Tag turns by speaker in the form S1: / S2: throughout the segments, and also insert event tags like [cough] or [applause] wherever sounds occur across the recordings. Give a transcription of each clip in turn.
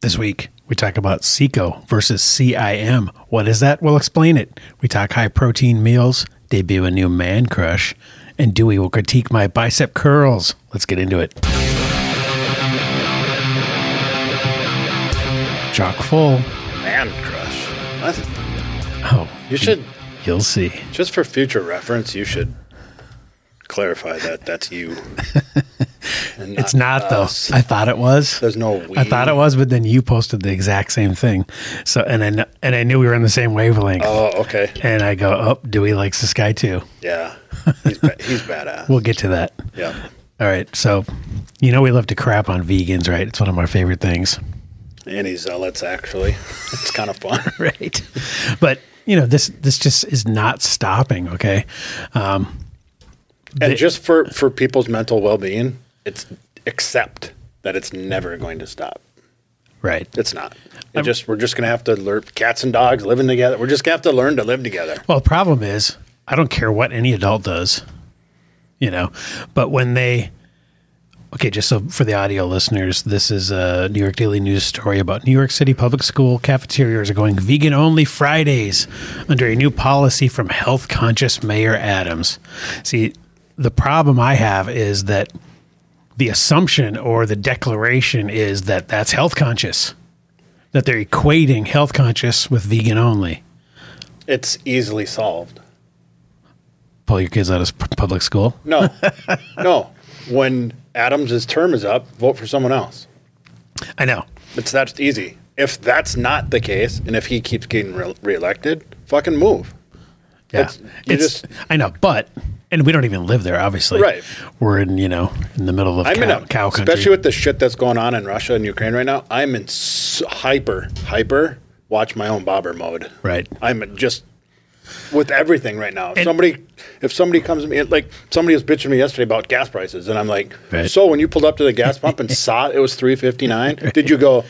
S1: This week, we talk about SECO versus CIM. What is that? We'll explain it. We talk high protein meals, debut a new man crush, and Dewey will critique my bicep curls. Let's get into it. Jock full.
S2: Man crush. That's,
S1: Oh,
S2: you should,
S1: you'll see.
S2: just for future reference, you should clarify that that's you. And
S1: It's not, though.
S2: us.
S1: I thought it was.
S2: There's no we.
S1: I thought it was, but then you posted the exact same thing. So, and I, kn- and I knew we were on the same wavelength.
S2: Oh, okay.
S1: And I go, oh, Dewey likes this guy too.
S2: Yeah. He's, ba- he's badass.
S1: We'll get to that.
S2: yeah.
S1: All right. So, you know, we love to crap on vegans, right? It's one of our favorite things.
S2: Any zealots, actually. [laughs] It's kind of
S1: [laughs]
S2: fun.
S1: Right. But, you know, this, this just is not stopping. Okay.
S2: and just for, for people's mental well being, it's accept that it's never going to stop.
S1: Right.
S2: It's not. It just We're just going to have to learn cats and dogs living together. We're just going to have to learn to live together.
S1: Well, the problem is, I don't care what any adult does, you know, but when they, okay, just so for the audio listeners, this is a New York Daily News story about New York City public school cafeterias are going vegan only Fridays under a new policy from health conscious Mayor Adams. See, the problem I have is that the assumption or the declaration is that that's health conscious, that they're equating health conscious with vegan only.
S2: It's easily solved.
S1: Pull your kids out of p- public school.
S2: No, no. When Adams' term is up, vote for someone else.
S1: I know.
S2: It's that easy. If that's not the case, and if he keeps getting re- reelected, fucking move.
S1: Yeah.
S2: It's-
S1: It's,
S2: you just-
S1: I know, but and we don't even live there, obviously.
S2: Right.
S1: We're in, you know, in the middle of
S2: I'm
S1: cow,
S2: in a,
S1: cow country.
S2: especially with the shit that's going on in Russia and Ukraine right now. I'm in s- hyper, hyper watch my own bobber mode.
S1: Right.
S2: I'm just with everything right now. If
S1: And-
S2: somebody, if somebody comes to me, like somebody was bitching me yesterday about gas prices, and I'm like,
S1: Right.
S2: so when you pulled up to the gas pump
S1: [laughs]
S2: and saw it was three fifty nine, did you go,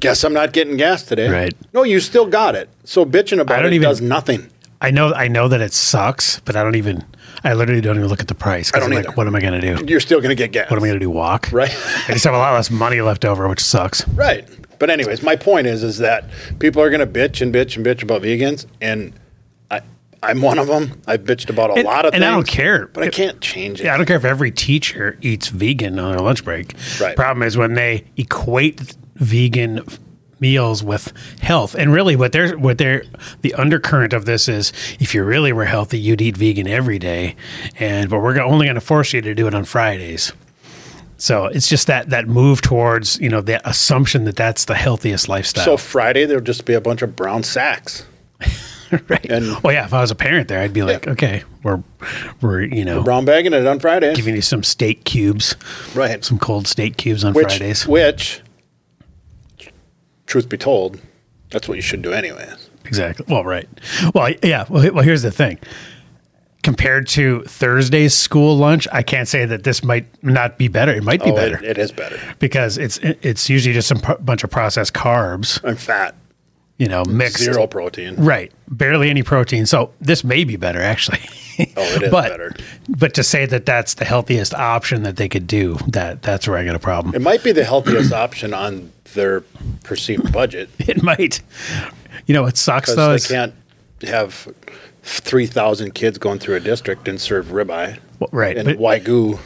S2: guess I'm not getting gas today?
S1: Right.
S2: No, you still got it. So bitching about
S1: I don't
S2: it
S1: even-
S2: does nothing.
S1: I know I know that it sucks, but I don't even I literally don't even look at the price. 'cause
S2: I don't
S1: I'm
S2: either.
S1: like, what am I gonna do?
S2: You're still gonna get gas.
S1: What am I gonna do? Walk?
S2: Right.
S1: I just have a lot less money left over, which sucks.
S2: Right. But anyways, my point is is that people are going to bitch and bitch and bitch about vegans, and I I'm one of them. I bitched about a
S1: And-
S2: lot of
S1: and
S2: things,
S1: I don't care.
S2: but I
S1: It-
S2: can't change it.
S1: Yeah, I don't care if every teacher eats vegan on their lunch break.
S2: Right.
S1: Problem is when they equate vegan f- meals with health, and really what they're what they're the undercurrent of this is if you really were healthy, you'd eat vegan every day, and but we're go- only going to force you to do it on Fridays. So it's just that that move towards you know the assumption that that's the healthiest
S2: So
S1: lifestyle.
S2: Friday there'll just be a bunch of brown sacks,
S1: [laughs] right.
S2: and-
S1: well, yeah. If I was a parent there, I'd be like, okay, we're we're you know
S2: brown bagging it on Friday,
S1: giving you some steak cubes,
S2: right?
S1: some cold steak cubes on
S2: which
S1: Fridays.
S2: which, truth be told, that's what you should do anyways.
S1: Exactly. Well, right. Well, I- yeah. Well, he- well, here's the thing. Compared to Thursday's school lunch, I can't say that this might not be better. It might be
S2: Oh,
S1: better
S2: It, it is better.
S1: because it's it's usually just some pro- bunch of processed carbs, [laughs]
S2: I'm fat,
S1: you know, mixed.
S2: zero protein.
S1: Right. Barely any protein. So this may be better actually.
S2: Oh, it
S1: [laughs]
S2: is
S1: but,
S2: better.
S1: But to say that that's the healthiest option that they could do, that that's where I got a problem. [laughs]
S2: It might be the healthiest [clears throat] option on their
S1: [clears throat]
S2: perceived budget.
S1: It might. You know what sucks though?
S2: Because
S1: is-
S2: they can't have three thousand kids going through a district and serve ribeye
S1: Well, right,
S2: and
S1: but-
S2: wagyu.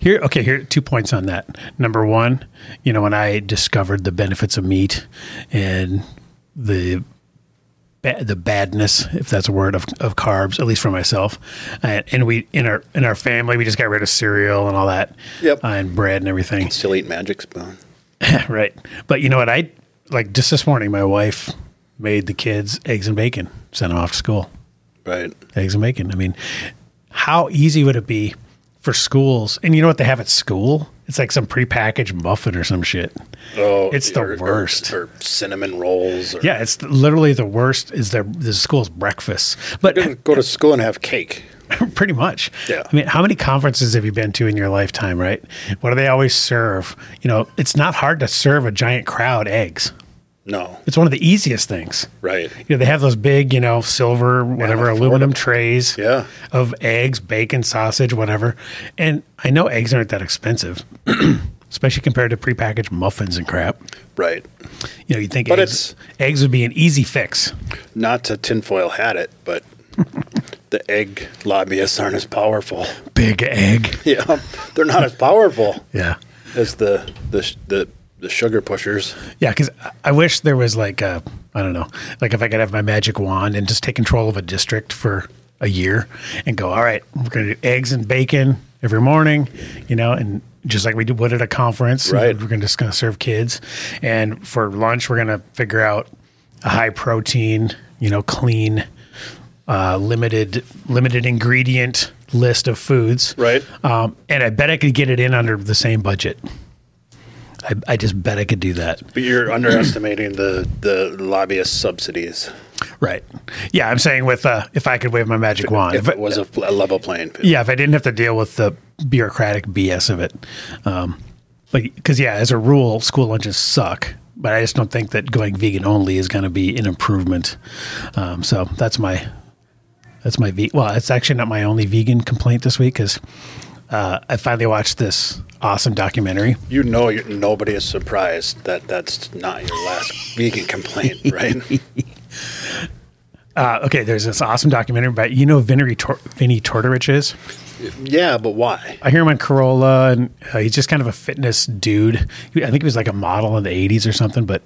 S1: Here, okay, here two points on that. Number one, you know, when I discovered the benefits of meat and the ba- the badness, if that's a word, of, of carbs, at least for myself, and, and we in our in our family, we just got rid of cereal and all that,
S2: Yep.
S1: uh, and bread and everything,
S2: Still eat magic spoon.
S1: [laughs] right? But you know what? I like just this morning, my wife made the kids eggs and bacon, sent them off to school
S2: Right.
S1: eggs and bacon. I mean, how easy would it be for schools? And you know what they have at school? It's like some prepackaged muffin or some shit.
S2: Oh,
S1: It's the
S2: or- or-
S1: worst.
S2: Or, cinnamon rolls. Or,
S1: Yeah, it's literally the worst. Is their the school's breakfast? But
S2: Gonna Go to school and have cake.
S1: [laughs] pretty much.
S2: Yeah.
S1: I mean, how many conferences have you been to in your lifetime? Right? What do they always serve? You know, it's not hard to serve a giant crowd eggs.
S2: No.
S1: It's one of the easiest things.
S2: Right.
S1: You know, they have those big, you know, silver, whatever, aluminum trays
S2: Yeah.
S1: of eggs, bacon, sausage, whatever. And I know eggs [clears throat] aren't that expensive, especially compared to prepackaged muffins and crap.
S2: Right.
S1: You know, you think
S2: But
S1: eggs, eggs would be an easy fix.
S2: Not to tinfoil hat it, but the egg lobbyists aren't as powerful. [laughs]
S1: Big egg.
S2: Yeah, they're not as powerful
S1: Yeah.
S2: as the the sh- the, the sugar pushers.
S1: Yeah, because I wish there was like a I don't know, like if I could have my magic wand and just take control of a district for a year and go, all right, we're gonna do eggs and bacon every morning, you know, and just like we did would at a conference, you know,
S2: Right.
S1: We're gonna just gonna serve kids, and for lunch we're gonna figure out a high protein, you know, clean, uh, limited limited ingredient list of foods,
S2: Right.
S1: Um, and I bet I could get it in under the same budget. I, I just bet I could do that.
S2: But you're underestimating the the lobbyist subsidies.
S1: Right. Yeah, I'm saying with uh, if I could wave my magic wand.
S2: If
S1: If I-
S2: it was a, pl- a level playing field,
S1: yeah, if I didn't have to deal with the bureaucratic BS of it. Um, but because yeah, as a rule, school lunches suck. But I just don't think that going vegan only is going to be an improvement. Um, so that's my that's my ve- well, it's actually not my only vegan complaint this week because uh, I finally watched this awesome documentary.
S2: you know you nobody is surprised that that's not your last vegan complaint, right?
S1: [laughs] Uh, okay, there's this awesome documentary about you know Vinny, Tor- Vinny Tortorich is.
S2: yeah, but why?
S1: I hear him on Corolla, and uh, he's just kind of a fitness dude. He, I think he was like a model in the '80s or something, but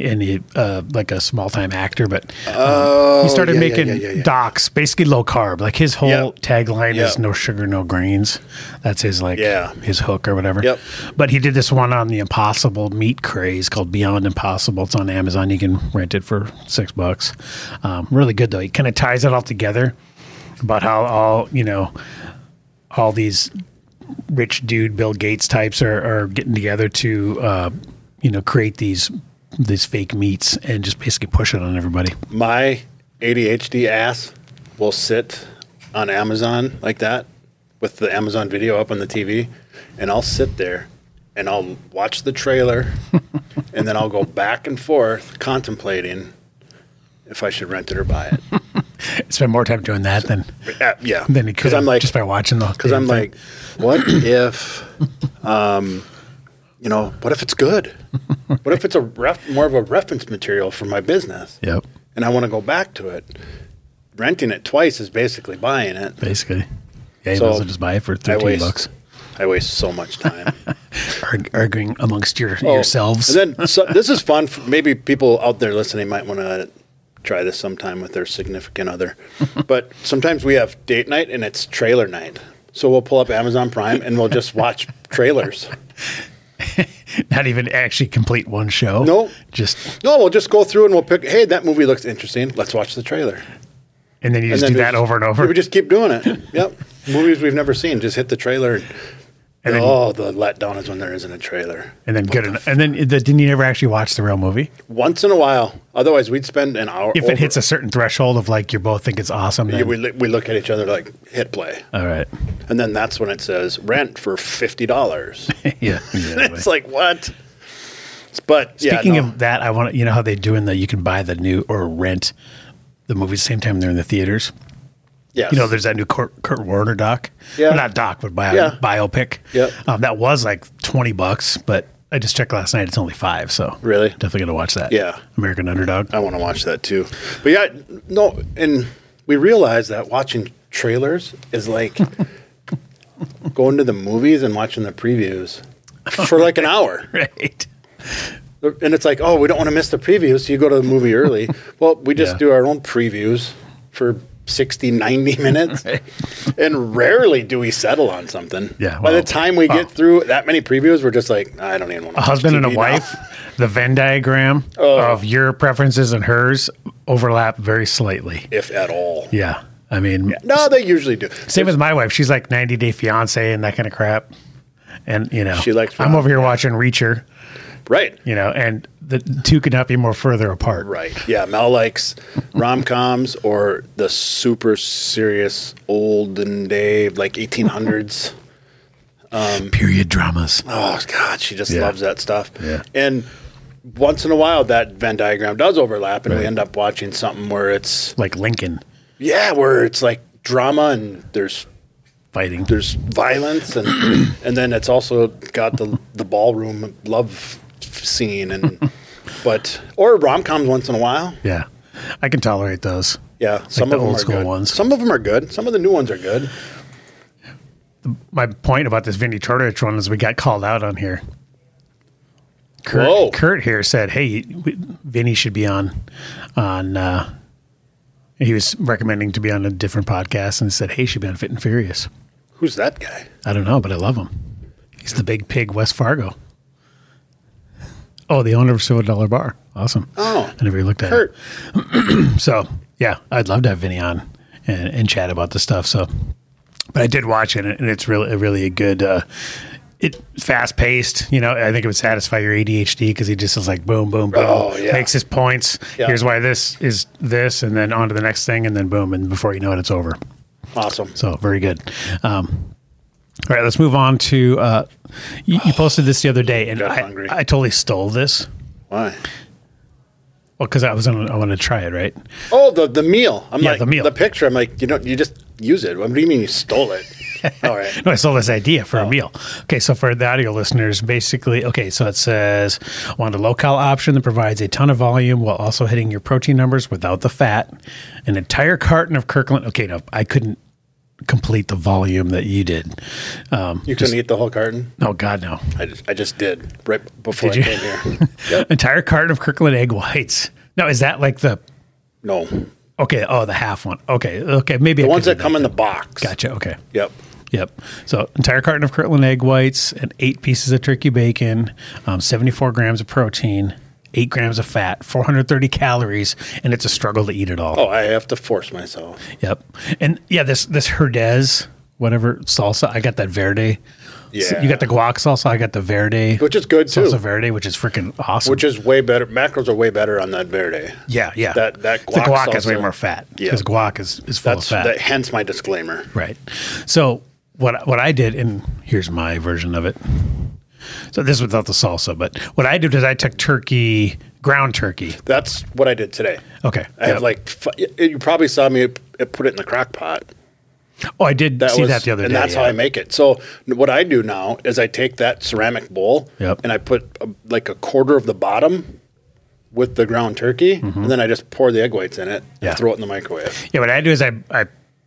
S1: and he uh, like a small time actor. But
S2: Oh,
S1: he started
S2: yeah, yeah,
S1: making
S2: yeah, yeah, yeah.
S1: docs, basically low carb. Like his whole
S2: Yep.
S1: tagline is
S2: Yep.
S1: "no sugar, no grains." That's his like
S2: Yeah.
S1: his hook or whatever.
S2: Yep.
S1: But he did this one on the impossible meat craze called Beyond Impossible. It's on Amazon. You can rent it for six bucks. Um, really good though. He kind of ties it all together about how all you know all these rich dude Bill Gates types are, are getting together to uh, you know create these these fake meats and just basically push it on everybody.
S2: my ADHD ass will sit on Amazon like that with the Amazon video up on the TV, and I'll sit there and I'll watch the
S1: [laughs]
S2: trailer, and then I'll go back and forth contemplating if I should rent it or buy
S1: [laughs]
S2: it.
S1: Spend more time doing that than
S2: Uh, yeah,
S1: than it could
S2: I'm like,
S1: just by watching the
S2: because I'm like, what if, um, you know, what if it's good?
S1: [laughs]
S2: What if it's a ref- more of a reference material for my business?
S1: yep,
S2: and I want to go back to it. Renting it twice is basically buying it.
S1: basically. Yeah, you
S2: So,
S1: might as well just buy it for
S2: I
S1: thirteen
S2: waste,
S1: bucks.
S2: I waste so much time.
S1: Arg- arguing amongst your, [laughs]
S2: Oh,
S1: yourselves.
S2: And then so, this is fun. For, maybe people out there listening might want to try this sometime with their significant
S1: [laughs]
S2: other. but sometimes we have date night and it's trailer night. So we'll pull up Amazon Prime and we'll just watch
S1: [laughs]
S2: trailers.
S1: Not even actually complete one show.
S2: No.
S1: just
S2: No, we'll just go through and we'll pick. Hey, that movie looks interesting. Let's watch the trailer.
S1: and then you just
S2: And then
S1: do
S2: we
S1: that
S2: just-
S1: over and over.
S2: We just keep
S1: [laughs]
S2: doing it. Yep. Movies we've never seen. Just hit the trailer. And,
S1: And then-
S2: oh, the letdown is when there isn't a trailer.
S1: and then good, enough. and then it- then you never actually watch the real movie.
S2: Once in a while. Otherwise, we'd spend an hour.
S1: If it hits a certain threshold of like you both think it's awesome, then,
S2: we, li- we look at each other like, hit play.
S1: all [laughs] right,
S2: And then that's when it says rent for [laughs] $50.
S1: yeah.
S2: [laughs]
S1: exactly.
S2: it's like, what? But
S1: Speaking
S2: yeah, no.
S1: of that, I want to, you know how they do in the you can buy the new or rent the movie the same time they're in the theaters.
S2: yes.
S1: You know, there's that new Kurt, Kurt Warner doc.
S2: Yeah.
S1: Well, not doc, but bio,
S2: Yeah.
S1: biopic.
S2: Yep.
S1: Um, that was like 20 bucks, but I just checked last night. It's only five. So
S2: Really?
S1: Definitely going to watch that.
S2: Yeah. Um,
S1: American Underdog.
S2: I want to watch that too. But yeah, no, and we realize that watching trailers
S1: [laughs]
S2: is like going to the movies and watching the previews for like an hour.
S1: Right.
S2: And it's like, oh, we don't want to miss the previews, so you go to the
S1: [laughs]
S2: movie early. Well, we just
S1: Yeah.
S2: do our own previews for
S1: [laughs]
S2: 60, 90 minutes. And rarely do we settle on something.
S1: Yeah,
S2: By
S1: well,
S2: the time we
S1: well.
S2: get through that many previews, we're just like, I don't even want to.
S1: A husband and a wife, the Venn diagram
S2: Oh.
S1: of your preferences and hers overlap very slightly.
S2: if at all.
S1: Yeah. I mean,
S2: No, they usually do.
S1: Same with my wife. She's like 90 Day Fiance and that kind of crap. And you know,
S2: She likes
S1: I'm
S2: Rob,
S1: over here watching Reacher.
S2: Right.
S1: You know, and the two could not be more further apart.
S2: Right. Yeah. Mel likes rom coms or the super serious olden day, like 1800s.
S1: Period dramas.
S2: [laughs] Oh, God. She just
S1: Yeah.
S2: loves that stuff.
S1: Yeah.
S2: And once in a while, that Venn diagram does overlap, and we
S1: Right.
S2: end up watching something where it's,
S1: Like Lincoln
S2: yeah, where it's like drama and there's
S1: fighting.
S2: there's violence and [coughs] and then it's also got the the ballroom love scene and But or rom coms once in a while.
S1: Yeah, I can tolerate those.
S2: Yeah, some
S1: the
S2: of them
S1: old
S2: are
S1: school
S2: good.
S1: ones.
S2: Some of them are good. Some of the new ones are good.
S1: My point about this Vinnie Tortorich one is we got called out on here. Kurt,
S2: Whoa.
S1: Kurt here said, "Hey, we- Vinny should be on on." Uh, he was recommending to be on a different podcast, and said, "Hey, he should be on Fit and Furious."
S2: Who's that guy?
S1: I don't know, but I love him. He's the big pig, West Fargo. Oh, the owner of Silver Dollar Bar. Awesome.
S2: Oh,
S1: I never looked at it.
S2: Kurt.
S1: So yeah, I'd love to have Vinny on and, and chat about this stuff. So, but I did watch it, and it's really really a good. Uh, it fast paced, you know. I think it would satisfy your ADHD because he just is like boom, boom, boom.
S2: Oh, yeah.
S1: Makes his points.
S2: Yeah.
S1: Here's why this is this, and then on to the next thing, and then boom, and before you know it, it's over.
S2: Awesome.
S1: So very good. Um, all right, let's move on to. Uh, you, you posted this the other day, and
S2: Got
S1: I,
S2: hungry.
S1: I totally stole this.
S2: Why?
S1: Well, because I was on, I wanted to try it, right?
S2: Oh, the the meal. I'm
S1: Yeah,
S2: like
S1: the meal.
S2: The picture. I'm like, you don't. You just use it. What do you mean you
S1: [laughs]
S2: stole it? All right.
S1: No, I stole this idea
S2: Oh.
S1: for a meal. Okay, so for the audio listeners, basically, okay, so it says want a low cal option that provides a ton of volume while also hitting your protein numbers without the fat. An entire carton of Kirkland. Okay, no, I couldn't complete the volume that you did. Um,
S2: You couldn't eat the whole carton.
S1: oh God, no.
S2: I just, I just did right before
S1: Did
S2: I
S1: you?
S2: came
S1: [laughs]
S2: here. Yep.
S1: Entire carton of Kirkland egg whites. Now, is that like the
S2: No,
S1: okay? Oh, the half one. Okay, okay, maybe
S2: the ones that come in the box.
S1: Gotcha. Okay.
S2: Yep.
S1: Yep. So entire carton of Kirtland egg whites and eight pieces of turkey bacon, um, 74 grams of protein, eight grams of fat, 430 calories, and it's a struggle to eat it all.
S2: Oh, I have to force myself.
S1: Yep. And yeah, this this Herdez whatever salsa, I got that verde. So you
S2: Yeah.
S1: got the guac salsa. I got the verde,
S2: Which is good,
S1: salsa
S2: too.
S1: verde, which is freaking awesome.
S2: Which is way better. Macros are way better on that verde.
S1: yeah, yeah.
S2: that- that
S1: the
S2: guac
S1: guac has way
S2: salsa.
S1: more fat
S2: Yeah.
S1: because guac is is full
S2: That's
S1: of fat.
S2: that, hence my disclaimer.
S1: Right. So what what I did, and here's my version of it. So this is without the salsa, but what I did is I took turkey, ground turkey.
S2: That's what I did today.
S1: Okay.
S2: I have like f- y- you probably saw me p- put it in the crock pot.
S1: oh, I did see that the other
S2: and
S1: day.
S2: that's
S1: yeah.
S2: how I make it. So n- what I do now is I take that ceramic bowl
S1: Yep.
S2: and I put a, like a quarter of the bottom with the ground turkey, and then I just pour the egg whites in it
S1: Mm-hmm. Yeah.
S2: and throw it in the microwave.
S1: Yeah, what I do is I I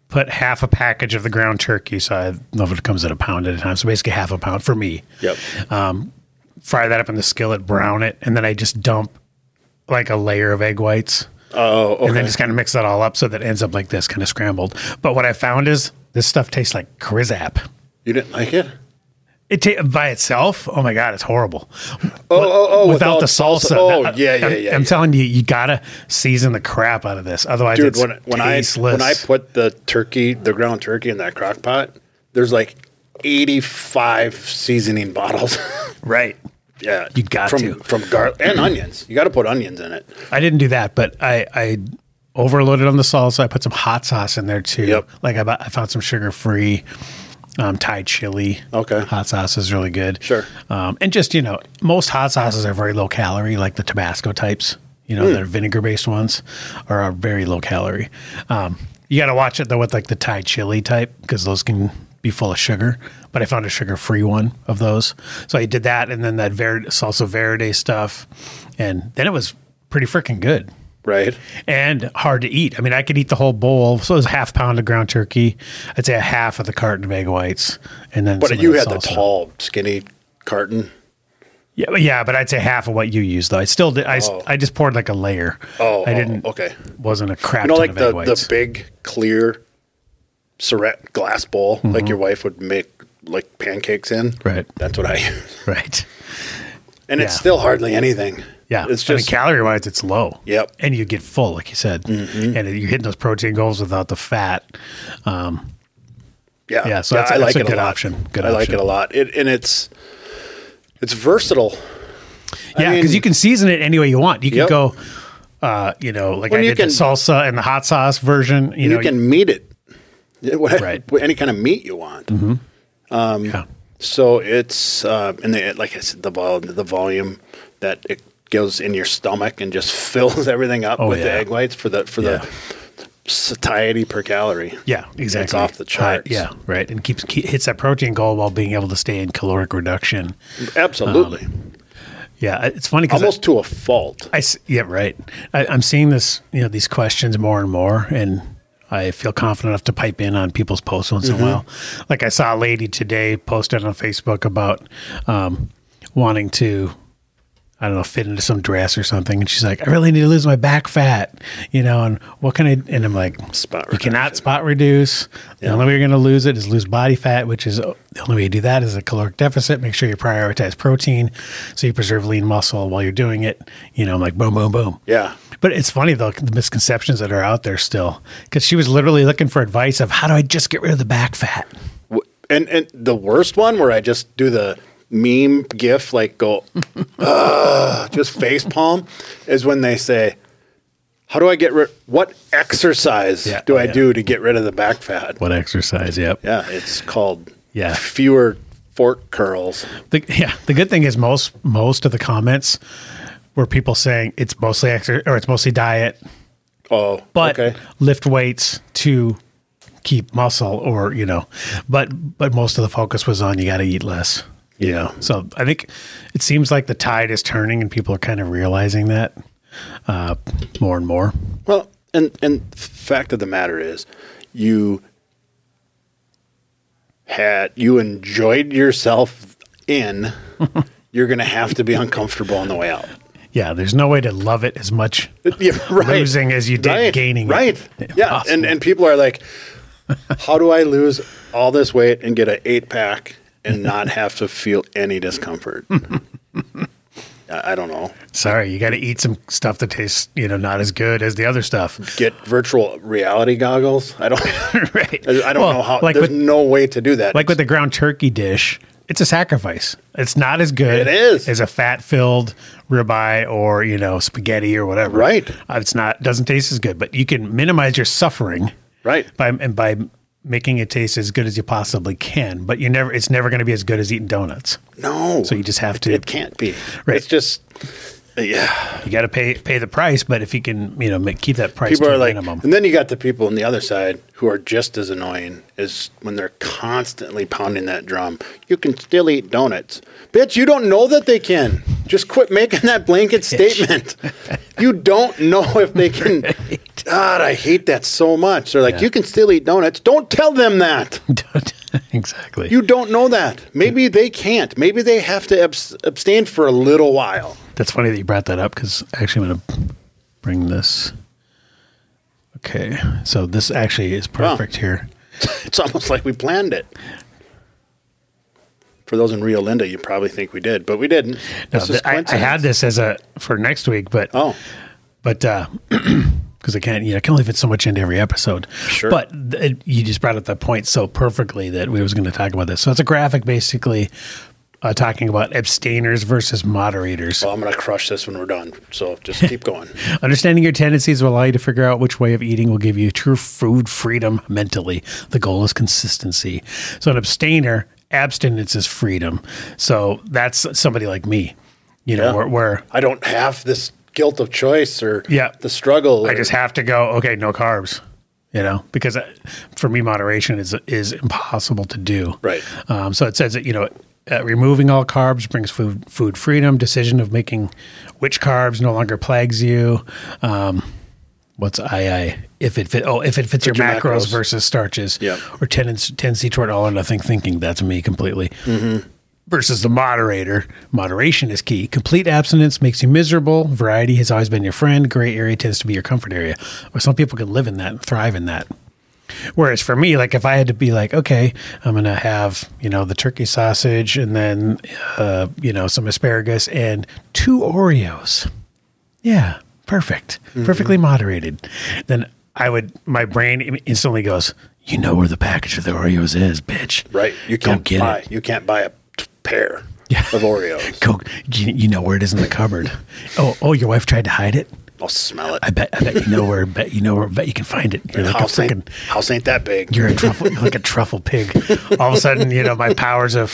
S1: put half a package of the ground turkey, so I know if it comes at a pound at a time. So basically half a pound for me.
S2: Yep.
S1: Fry that up in the skillet, brown it, and then I just dump like a layer of egg whites.
S2: Oh, okay.
S1: and then just kind of mix that all up so that it ends up like this, kind of scrambled. But what I found is this stuff tastes like Krizap.
S2: you didn't like it?
S1: It ta- by itself, oh my god, it's horrible.
S2: Oh, oh, oh,
S1: without, the salsa,
S2: Oh,
S1: that-
S2: yeah, yeah,
S1: I'm,
S2: yeah.
S1: I'm
S2: yeah.
S1: telling you, you gotta season the crap out of this, otherwise,
S2: dude
S1: it's
S2: when, when i
S1: tasteless.
S2: when i put the turkey the ground turkey in that crock pot there's like 85 seasoning [laughs] bottles
S1: right,
S2: yeah
S1: You got
S2: from,
S1: to.
S2: from garlic and onions you got to put onions in it
S1: I didn't do that, but I I overloaded on the salsa. I put some hot sauce in there too.
S2: Yep.
S1: Like I, bu- I found some sugar free. Um, Thai chili.
S2: Okay.
S1: Hot sauce is really good.
S2: Sure.
S1: Um, and just, you know, most hot sauces are very low calorie, like the Tabasco types, you
S2: Hmm.
S1: know, the vinegar based ones are, are very low calorie. Um, you got to watch it though with like the Thai chili type because those can be full of sugar. But I found a sugar free one of those. So I did that and then that Verde, salsa verde stuff. And then it was pretty freaking good
S2: right
S1: and hard to eat. I mean, I could eat the whole bowl. So it was a half pound of ground turkey. I'd say a half of the carton of egg whites, and then.
S2: but
S1: some of
S2: you
S1: that
S2: had the
S1: salsa.
S2: tall skinny carton
S1: Yeah, but- yeah, but I'd say half of what you used though. I still did. I, s-
S2: Oh.
S1: I just poured like a layer.
S2: Oh,
S1: I
S2: oh,
S1: didn't.
S2: okay.
S1: wasn't a crap
S2: you know
S1: ton
S2: like
S1: of
S2: the
S1: egg whites.
S2: the big clear Surette glass bowl like your wife would make like pancakes in
S1: Mm-hmm. Right.
S2: that's what i [laughs] use
S1: right.
S2: and it's
S1: Yeah.
S2: still hardly anything
S1: Yeah,
S2: it's
S1: I mean,
S2: just
S1: calorie wise, it's low.
S2: Yep. Mm-hmm.
S1: and you get full, like you said, and you're hitting those protein goals without the fat.
S2: Uh, Yeah,
S1: Yeah, so that's-
S2: I
S1: that's a
S2: it
S1: good
S2: lot.
S1: option. Good
S2: I like
S1: option.
S2: it a lot. It and it's it's versatile. I
S1: Yeah, because
S2: mean,
S1: you can season it any way you want. You can
S2: Yep.
S1: go, uh, you know, like
S2: When
S1: I
S2: you
S1: did
S2: can-
S1: the salsa and the hot sauce version. You, Mm-hmm.
S2: you,
S1: know,
S2: can meat it. Yeah, what-
S1: Right.
S2: what- Any kind of meat you want.
S1: yeah.
S2: So it's uh, and the, like I said, the vol- the volume that it goes in your stomach and just [laughs] fills everything up with the
S1: Oh, yeah.
S2: egg whites for the for
S1: Yeah.
S2: the satiety per calorie.
S1: Yeah, exactly.
S2: It's off the
S1: High-
S2: charts.
S1: yeah, right. And keeps ke- hits that protein goal while being able to stay in caloric reduction.
S2: absolutely.
S1: Yeah, it's funny because
S2: almost to a fault.
S1: I s- yeah, right. I, I'm seeing this, you know, these questions more and more, and I feel confident enough to pipe in on people's posts once in a while. Like I saw a lady today posted on Facebook about um, wanting to, I don't know, fit into some dress or something, and she's like, "I really need to lose my back fat," you know, and what can I? And I'm like,
S2: Spot
S1: You cannot
S2: reduction.
S1: spot reduce. The only way you're going to lose it is lose body fat, which is the only way you do that is a caloric deficit. Make sure you prioritize protein so you preserve lean muscle while you're doing it. You know, I'm like boom, boom, boom.
S2: Yeah.
S1: But it's funny though the misconceptions that are out there still, because she was literally looking for advice of how do I just get rid of the back fat.
S2: W- And and the worst one where I just do the meme gif like go [laughs] "Ugh," just face palm is when they say how do I get rid what exercise
S1: Yeah, Oh,
S2: do I
S1: yeah.
S2: do to get rid of the back fat?
S1: What exercise? Yep.
S2: Yeah, it's called
S1: Yeah.
S2: fewer fork curls.
S1: The, yeah. The good thing is most most of the comments were people saying it's mostly exercise or it's mostly diet.
S2: Oh,
S1: but
S2: okay.
S1: lift weights to keep muscle or you know but but most of the focus was on you got to eat less you know so i think it seems like the tide is turning and people are kind of realizing that uh more and more
S2: Well, and and fact of the matter is, you had you enjoyed yourself [laughs] in. you're gonna have to be uncomfortable on the way out.
S1: yeah there's no way to love it as much
S2: [laughs] Yeah, right.
S1: losing as you did
S2: right.
S1: gaining it.
S2: Right.
S1: [laughs]
S2: Yeah.
S1: Impossible.
S2: And and people are like, how do I lose all this weight and get an eight pack and not have to feel
S1: [laughs]
S2: any discomfort? I I don't know.
S1: sorry you got to eat some stuff that tastes you know not as good as the other stuff [laughs]
S2: Get virtual reality goggles. I don't. [laughs]
S1: right
S2: I don't
S1: Well,
S2: know how.
S1: like
S2: there's
S1: with,
S2: no way to do that.
S1: like with the ground turkey dish, it's a sacrifice. It's not as good.
S2: It is.
S1: as a fat filled ribeye or you know spaghetti or whatever.
S2: Right.
S1: Uh, It's not doesn't taste as good, but you can minimize your suffering
S2: right.
S1: by and by making it taste as good as you possibly can. But you never it's never going to be as good as eating donuts.
S2: No.
S1: So you just have to
S2: It can't be.
S1: Right.
S2: It's just, yeah.
S1: you got to pay pay the price. But if you can you know make, keep that price
S2: People
S1: to
S2: are
S1: a
S2: like,
S1: minimum. [laughs]
S2: and then you got the people on the other side who are just as annoying as when they're constantly pounding that drum. You can still eat donuts. Bitch, you don't know that they can. Just quit making that blanket statement. you don't know if
S1: [laughs]
S2: they can. God, I hate that so much. They're like, you can still eat donuts. Don't tell them that.
S1: exactly.
S2: You don't know that. Maybe they can't. Maybe they have to abs- abstain for a little while.
S1: That's funny that you brought that up because actually I'm going to bring this. Okay, so this actually is perfect here.
S2: It's almost like we planned it. For those in Rio Linda, you probably think we did, but we didn't.
S1: No,
S2: This
S1: th-
S2: is
S1: I, I had
S2: coincidence.
S1: this as a for next week, but
S2: Oh,
S1: but uh [clears throat] because I can't, you know, I can only fit so much into every episode.
S2: Sure.
S1: But th- it, you just brought up that point so perfectly that we was going to talk about this. So it's a graphic basically uh, talking about abstainers versus moderators.
S2: well, I'm going to crush this when we're done. So just
S1: [laughs]
S2: keep going.
S1: Understanding your tendencies will allow you to figure out which way of eating will give you true food freedom mentally. The goal is consistency. So, an abstainer, abstinence is freedom. So, that's somebody like me, you know,
S2: Yeah.
S1: where, where
S2: I don't have this guilt of choice or
S1: Yeah.
S2: the struggle.
S1: I
S2: or-
S1: just have to go, okay, no carbs, you know, because I, for me, moderation is, is impossible to do.
S2: Right.
S1: Um, so, it says that, you know, uh, removing all carbs brings food food freedom. Decision of making which carbs no longer plagues you. Um, what's II? If it fit, oh, if it fits your,
S2: your
S1: macros,
S2: macros.
S1: versus starches,
S2: Yep.
S1: or tendency, tendency toward all or nothing thinking. That's me completely. Versus the moderator. Moderation is key. Complete abstinence makes you miserable. Variety has always been your friend. Gray area tends to be your comfort area. Well, some people can live in that and thrive in that. Whereas for me, like if I had to be like, okay, I'm gonna have you know the turkey sausage and then uh, you know some asparagus and two Oreos, yeah, perfect,
S2: Mm-hmm.
S1: perfectly moderated. Then I would, my brain im- instantly goes, you know where the package of the Oreos is, bitch.
S2: right. You
S1: Go
S2: can't
S1: get
S2: buy.
S1: it.
S2: You can't buy a t- pair of
S1: [laughs]
S2: Oreos.
S1: Go, you, you know where it is in the
S2: [laughs]
S1: cupboard. oh, oh, your wife tried to hide it.
S2: I'll smell it.
S1: I bet, I bet you know where. Bet you know where. Bet you can find it. You're like a
S2: house, eh? ain't,
S1: freaking.
S2: house ain't that big.
S1: You're a truffle. You're like a truffle pig. All of a sudden, you know my powers of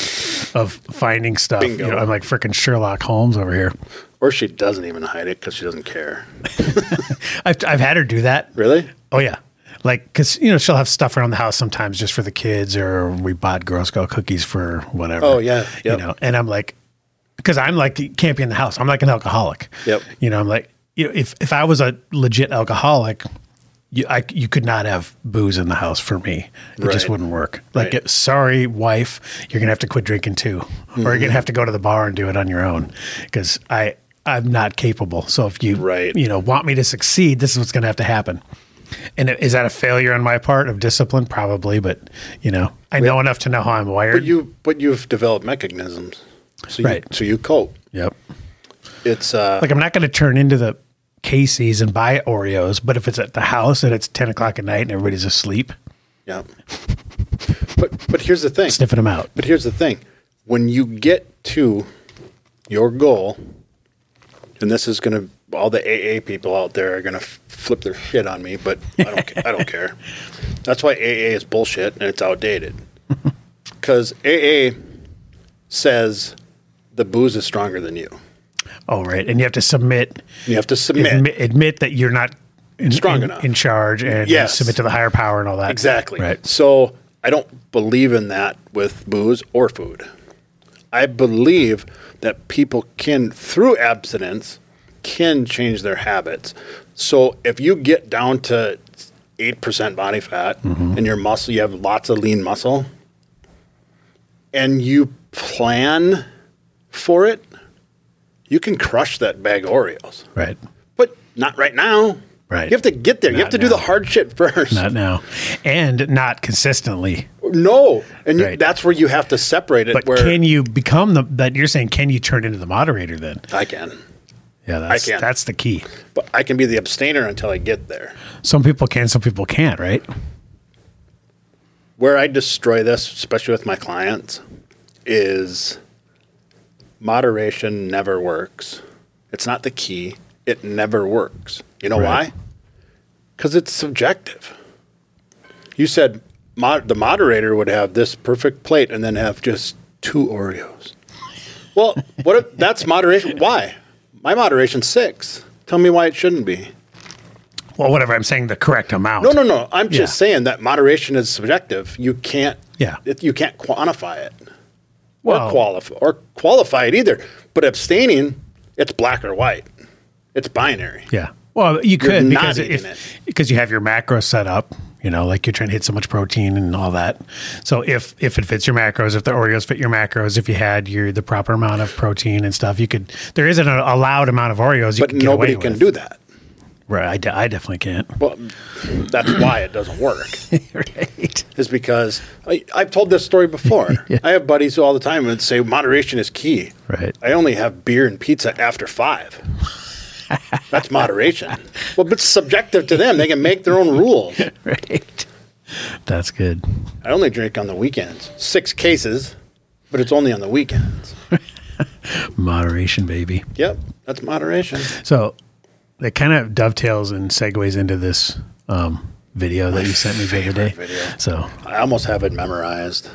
S1: of finding stuff.
S2: Bingo.
S1: You know, I'm like freaking Sherlock Holmes over here.
S2: or she doesn't even hide it because she doesn't care.
S1: I've I've had her do that.
S2: Really?
S1: Oh yeah. Like, cause you know she'll have stuff around the house sometimes just for the kids, or we bought Girl Scout cookies for whatever.
S2: Oh, yeah.
S1: you
S2: Yep.
S1: know. And I'm like, because I'm like can't be in the house. I'm like an alcoholic.
S2: Yep.
S1: You know, I'm like you know, if if I was a legit alcoholic, you I you could not have booze in the house for me. It just
S2: Right.
S1: wouldn't work. Like,
S2: Right.
S1: it- sorry, wife, you're gonna have to quit drinking too, or
S2: Mm-hmm.
S1: you're gonna have to go to the bar and do it on your own because I. I'm not capable. So if you,
S2: Right.
S1: you know, want me to succeed, this is what's going to have to happen. And is that a failure on my part of discipline? Probably, but you know, I know enough to know how I'm
S2: But
S1: wired.
S2: you but you've developed mechanisms. So you,
S1: Right.
S2: so you cope.
S1: yep.
S2: It's uh
S1: Like I'm not going to turn into the Casey's and buy Oreos, but if it's at the house and it's ten o'clock at night and everybody's asleep,
S2: yeah. But but here's the thing.
S1: sniffing them out.
S2: But here's the thing when you get to your goal, and this is going to, all the AA people out there are going to flip their shit on me, but I don't, ca- I don't care. That's why AA is bullshit and it's outdated. Because AA says the booze is stronger than you.
S1: Oh, right, and you have to submit,
S2: You have to submit.
S1: admit, admit that you're not in,
S2: Strong
S1: in-
S2: enough.
S1: in charge, and you
S2: Yes.
S1: submit to the higher power and all that.
S2: Exactly.
S1: Right.
S2: So I don't believe in that with booze or food. I believe that people can, through abstinence, can change their habits. So if you get down to eight percent body fat
S1: Mm-hmm.
S2: and your muscle, you have lots of lean muscle, and you plan for it, you can crush that bag of Oreos.
S1: Right.
S2: But not right now.
S1: Right.
S2: You have to get there. you
S1: Not
S2: have to do
S1: now.
S2: the hard shit first.
S1: Not now, and not consistently.
S2: No, and you,
S1: Right.
S2: that's where you have to separate it.
S1: But
S2: where
S1: can you become the that you're saying? Can you turn into the moderator then?
S2: I can,
S1: Yeah, that's
S2: can.
S1: that's the key.
S2: but I can be the abstainer until I get there.
S1: Some people can, some people can't. Right.
S2: Where I destroy this, especially with my clients, is moderation never works. It's not the key. It never works. You know
S1: Right.
S2: why? Because it's subjective. You said mod- the moderator would have this perfect plate and then have just two Oreos. Well, what if that's moderation? Why? My moderation's six. Tell me why it shouldn't be.
S1: Well, whatever. I'm saying the correct amount.
S2: No, no, no. I'm just
S1: Yeah.
S2: saying that moderation is subjective. You can't.
S1: Yeah.
S2: it- you can't quantify it
S1: Well,
S2: or qualify or qualify it either. But abstaining, it's black or white. It's binary.
S1: Yeah. Well, you could
S2: not
S1: because
S2: eating
S1: if
S2: it.
S1: because you have your macro set up, you know, like you're trying to hit so much protein and all that. So if if it fits your macros, if the Oreos fit your macros, if you had your the proper amount of protein and stuff, you could. There isn't an allowed amount of Oreos, you
S2: But
S1: can get
S2: nobody
S1: away
S2: can
S1: with.
S2: do that.
S1: Right. I, de- I definitely can't. [laughs]
S2: Well, that's why it doesn't work.
S1: right.
S2: Is because I, I've told this story before.
S1: [laughs]
S2: I have buddies who all the time would say moderation is key.
S1: Right.
S2: I only have beer and pizza after
S1: [laughs]
S2: five. That's moderation. Well, but it's subjective to them. They can make their own rules.
S1: Right. That's good.
S2: I only drink on the weekends. Six cases, but it's only on the weekends.
S1: Moderation, baby.
S2: Yep, that's moderation.
S1: So it kind of dovetails and segues into this um, video that you sent me
S2: [laughs]
S1: the other day.
S2: video.
S1: So
S2: I almost have it memorized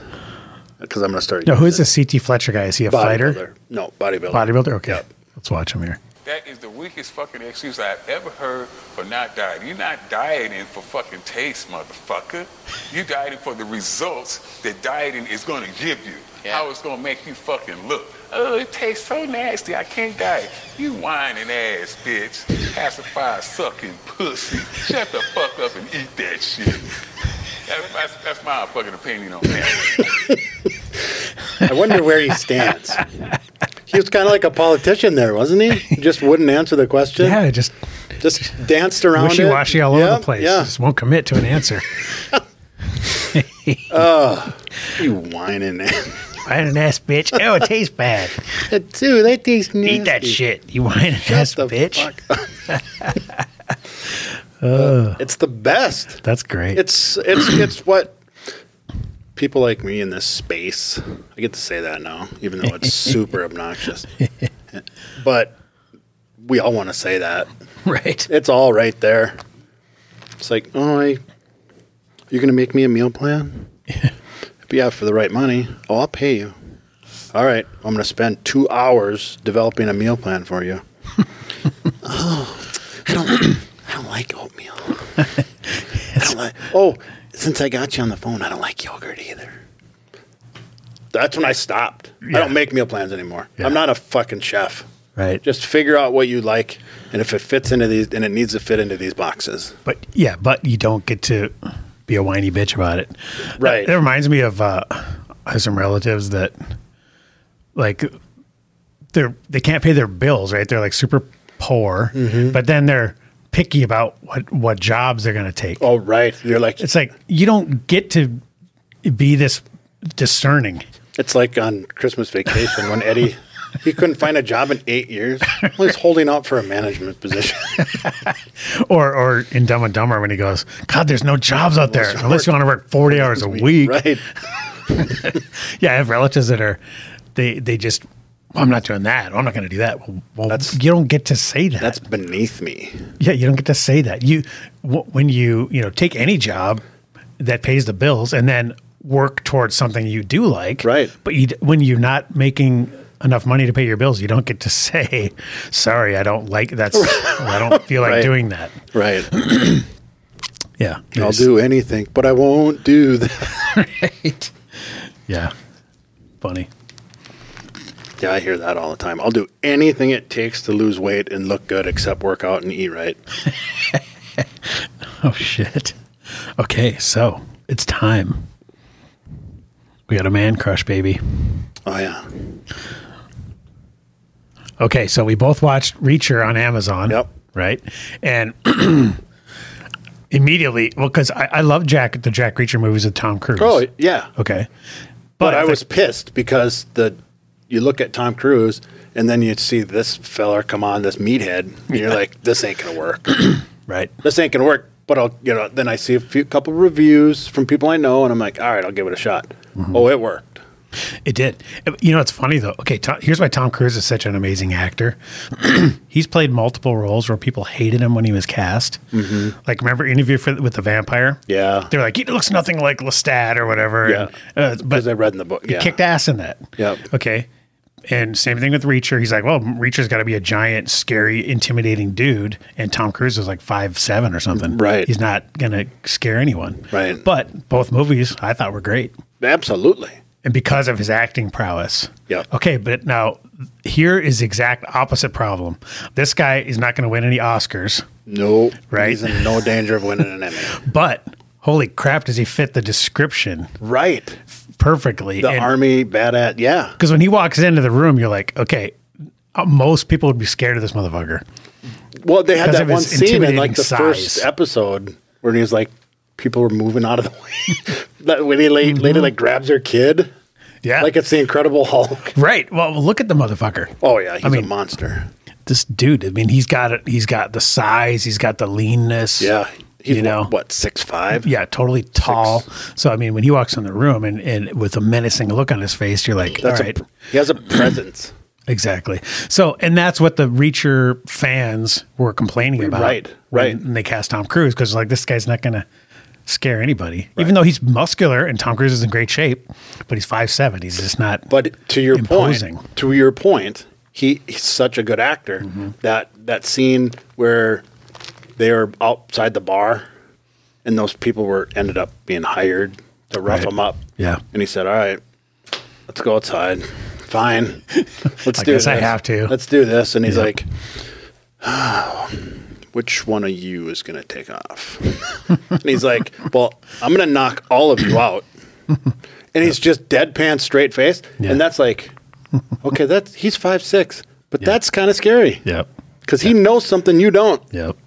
S2: because I'm going to start.
S1: now, who is
S2: using
S1: this CT Fletcher guy? Is he a
S2: it.
S1: fighter?
S2: Bodybuilder. No, bodybuilder.
S1: Bodybuilder? Okay.
S2: Yep.
S1: Let's watch him here.
S3: That is the weakest fucking excuse I've ever heard for not dieting. You're not dieting for fucking taste, motherfucker. You're dieting for the results that dieting is gonna give you. How it's gonna make you fucking look. Oh, it tastes so nasty. I can't diet. You whining ass bitch, pacifier sucking pussy. Shut the fuck up and eat that shit. That's, that's, that's my fucking opinion on that.
S2: I wonder where
S1: [laughs]
S2: he stands. he was kind of like a politician there, wasn't he? He just wouldn't answer the question.
S1: Yeah, just
S2: Just danced around. it.
S1: wishy washy all
S2: Yeah,
S1: over the place.
S2: Yeah.
S1: Just won't commit to an
S2: [laughs]
S1: answer.
S2: You whining ass.
S1: I had an ass bitch. Oh, it tastes bad.
S2: [laughs] Dude, that tastes nasty.
S1: Eat that shit. You whine an ass
S2: the
S1: bitch.
S2: fuck up. it's the best.
S1: That's great.
S2: it's it's it's what people like me in this space i get to say that now even though it's super obnoxious but we all want to say that
S1: [laughs] right.
S2: it's all right there it's like oh I, you're gonna make me a meal plan if you have for the right money oh i'll pay you all right i'm gonna spend two hours developing a meal plan for [laughs] you oh i don't, I don't like oatmeal [laughs] oh, I don't like- oh, since I got you on the phone, I don't like yogurt either. That's when I stopped. I don't make meal plans anymore.
S1: Yeah.
S2: I'm not a fucking chef.
S1: right?
S2: Just figure out what you like and if it fits into these and it needs to fit into these boxes.
S1: But yeah, but you don't get to be a whiny bitch about it.
S2: Right.
S1: That, that reminds me of uh, I have some relatives that like they're they can't pay their bills, right? They're like super poor,
S2: Mm-hmm.
S1: but then they're picky about what what jobs they're going to take.
S2: Oh, right. You're like
S1: It's like you don't get to be this discerning.
S2: It's like on Christmas vacation when Eddie he couldn't find a job in eight years. Well, he's holding out for a management position.
S1: Or or in Dumb and Dumber when he goes, God, there's no jobs out there
S2: Unless you
S1: unless you want to work forty hours a week.
S2: [laughs] right?
S1: Yeah, I have relatives that are they they just well, I'm not doing that. I'm not going to do that. Well, well
S2: That's-
S1: you don't get to say that.
S2: That's beneath me.
S1: yeah, you don't get to say that. You w- when you you know take any job that pays the bills and then work towards something you do like.
S2: Right.
S1: But you, d- when you're not making enough money to pay your bills, you don't get to [laughs] say, "Sorry, I don't like that's I don't feel like
S2: Right.
S1: doing that."
S2: Right.
S1: Yeah.
S2: I'll do anything, but I won't do that.
S1: it. [laughs] Yeah. Funny.
S2: Yeah, I hear that all the time. I'll do anything it takes to lose weight and look good except work out and eat right.
S1: Oh shit. Okay, so it's time. We got a man crush, baby.
S2: Oh yeah.
S1: Okay, so we both watched Reacher on Amazon.
S2: Yep.
S1: Right, and [clears throat] immediately, well, because I, I love Jack the Jack Reacher movies with Tom Cruise.
S2: Oh yeah.
S1: okay.
S2: But I
S1: if
S2: was
S1: it-
S2: pissed because the you look at Tom Cruise and then you see this feller come on, this meathead, and you're like, this ain't gonna work.
S1: right.
S2: this ain't gonna work. But I'll, you know, then I see a few couple reviews from people I know, and I'm like, all right, I'll give it a shot. Oh, it worked.
S1: It did. You know, it's funny though. Okay, Tom, here's why Tom Cruise is such an amazing actor. [clears throat] He's played multiple roles where people hated him when he was cast. Like, remember interview for, with the vampire?
S2: Mm-hmm. Yeah.
S1: they're like, he looks nothing like Lestat or whatever.
S2: Yeah.
S1: and, uh, but
S2: Because I read in the book.
S1: he
S2: Yeah.
S1: kicked ass in that.
S2: Yep.
S1: Okay. And same thing with Reacher. He's like, well, Reacher's got to be a giant, scary, intimidating dude. And Tom Cruise is like five seven or something.
S2: Right.
S1: He's not gonna scare anyone.
S2: Right.
S1: But both movies I thought were great
S2: Absolutely.
S1: and because of his acting prowess.
S2: Yeah.
S1: Okay, but now here is the exact opposite problem. This guy is not going to win any Oscars,
S2: No.
S1: Right.
S2: He's in no danger of winning an Emmy.
S1: [laughs] but holy crap, does he fit the description
S2: right.
S1: perfectly?
S2: The army bad at yeah.
S1: Because when he walks into the room, you're like, okay, uh, most people would be scared of this motherfucker.
S2: Well, they had
S1: Because
S2: that
S1: of
S2: one
S1: his
S2: scene in like the
S1: intimidating size.
S2: first episode where he was like, people were moving out of the [laughs] way. that when he lady,
S1: Mm-hmm.
S2: lady like grabs her kid,
S1: Yeah.
S2: like it's the Incredible Hulk.
S1: right. Well, look at the motherfucker.
S2: Oh yeah, he's a
S1: mean-
S2: monster.
S1: This dude. I mean, he's got it. He's got the size. He's got the leanness.
S2: Yeah. He's
S1: You know.
S2: what, what six five?
S1: Yeah, totally tall. So I mean, when he walks in the room and, and with a menacing look on his face, you're like,
S2: That's
S1: all
S2: a,
S1: right,
S2: He has a presence.
S1: Exactly. So, and that's what the Reacher fans were complaining about.
S2: Right,
S1: when-
S2: right.
S1: And they cast Tom Cruise because, like, this guy's not going to scare anybody, even though he's muscular and Tom Cruise is in great shape, but he's 5'7. He's just not.
S2: But to your
S1: Imposing.
S2: point, to your point, he, he's such a good actor.
S1: Mm-hmm.
S2: That that scene where they are outside the bar, and those people were ended up being hired to rough
S1: Right.
S2: him up.
S1: Yeah.
S2: and he said, "All right, let's go outside.
S1: [laughs]
S2: Fine, let's
S1: I
S2: do
S1: guess
S2: this.
S1: I have to."
S2: Let's do this." And he's
S1: Yep.
S2: like. "Ah, Which one of you is going to
S1: [laughs]
S2: take off? and he's like, Well, I'm going to knock all of
S1: [laughs]
S2: you out and he's just deadpan straight face
S1: Yeah.
S2: and
S1: [laughs]
S2: that's like okay that's he's five six but that's kind of scary
S1: Yep.
S2: because he knows something you don't
S1: Yep.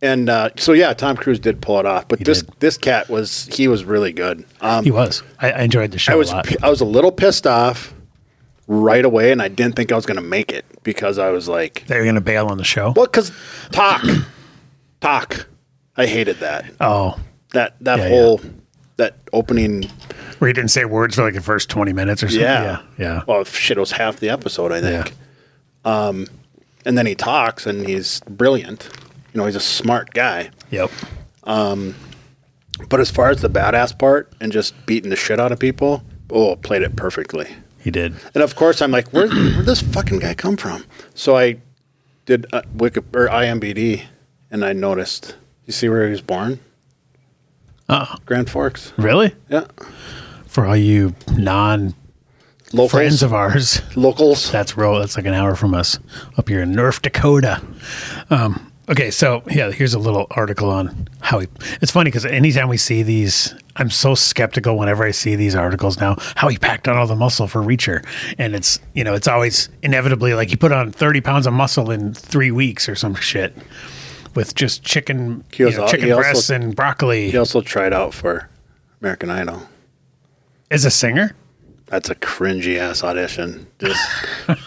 S2: and uh, so yeah tom cruise did pull it off but
S1: He
S2: this
S1: did.
S2: this cat was he was really good um,
S1: He was. I, I enjoyed the show
S2: i was
S1: a lot.
S2: p- i was a little pissed off right away and i didn't think i was going to make it because i was like
S1: They were going to bail on the show.
S2: well because talk [clears throat] talk i hated that
S1: Oh,
S2: that that
S1: Yeah, yeah.
S2: whole that opening
S1: where he didn't say words for like the first 20 minutes or something.
S2: Yeah.
S1: Yeah.
S2: Well, shit, it was half the episode, I think. Um, and then he talks and he's brilliant. You know, he's a smart guy.
S1: Yep.
S2: But as far as the badass part and just beating the shit out of people, oh, played it perfectly.
S1: He did.
S2: And of course, I'm like, where where'd this fucking guy come from? So I did uh, Wiki or IMBD, and I noticed. You see where he was born?
S1: Oh, Uh-huh.
S2: Grand Forks.
S1: really?
S2: Yeah.
S1: For all you non
S2: locals,
S1: friends of ours.
S2: locals.
S1: That's real. That's like an hour from us up here in North Dakota. Um, okay, so yeah, here's a little article on how he. It's funny because anytime we see these, I'm so skeptical whenever I see these articles now. How he packed on all the muscle for Reacher, and it's you know it's always inevitably like he put on 30 pounds of muscle in three weeks or some shit with just chicken,
S2: He
S1: you
S2: was
S1: know,
S2: al-
S1: chicken
S2: he also-
S1: breasts and broccoli.
S2: He also tried out for American Idol.
S1: As a singer,
S2: That's a cringy ass audition. Just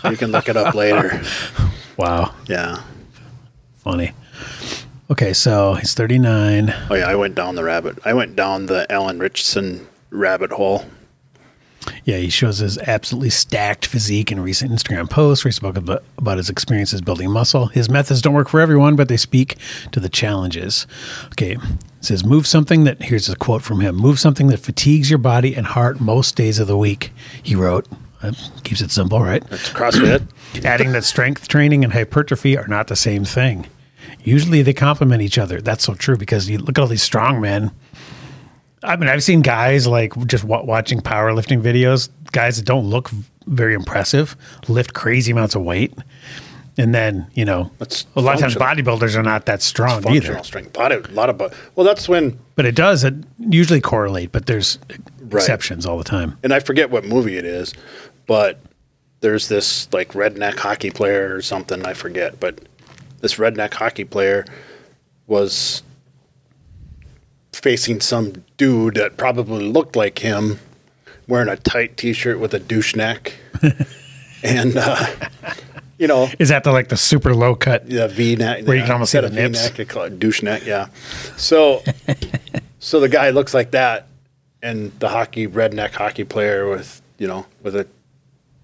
S2: you can look it
S1: [laughs]
S2: up later.
S1: wow,
S2: Yeah.
S1: funny. Okay, so he's 39.
S2: Oh yeah, I went down the rabbit. I went down the Alan Richardson rabbit hole.
S1: Yeah, he shows his absolutely stacked physique in recent Instagram posts where he spoke about, about his experiences building muscle. His methods don't work for everyone, but they speak to the challenges. Okay, it says, Move something that, here's a quote from him move something that fatigues your body and heart most days of the week, he wrote. That keeps it simple, right? [clears throat]
S2: It's CrossFit.
S1: Adding that strength training and hypertrophy are not the same thing. Usually they complement each other. That's so true because you look at all these strong men. I mean, I've seen guys like just wa watching powerlifting videos, guys that don't look v- very impressive, lift crazy amounts of weight. And then, you know,
S2: That's
S1: a lot of times
S2: functional.
S1: bodybuilders are not that strong
S2: Functional
S1: either.
S2: strength. Body, a lot of bu- well, that's when.
S1: But it does, it usually correlate, but there's exceptions all the time.
S2: And I forget what movie it is, but there's this like redneck hockey player or something. I forget, but this redneck hockey player was facing some dude that probably looked like him, wearing a tight T-shirt with a douche neck, and uh, you know
S1: Is that the like the super low cut? [laughs]
S2: the V neck
S1: Where you can almost see the nips.
S2: neck, douche neck, yeah.
S1: [laughs]
S2: So, so the guy looks like that, and the hockey redneck hockey player with you know with a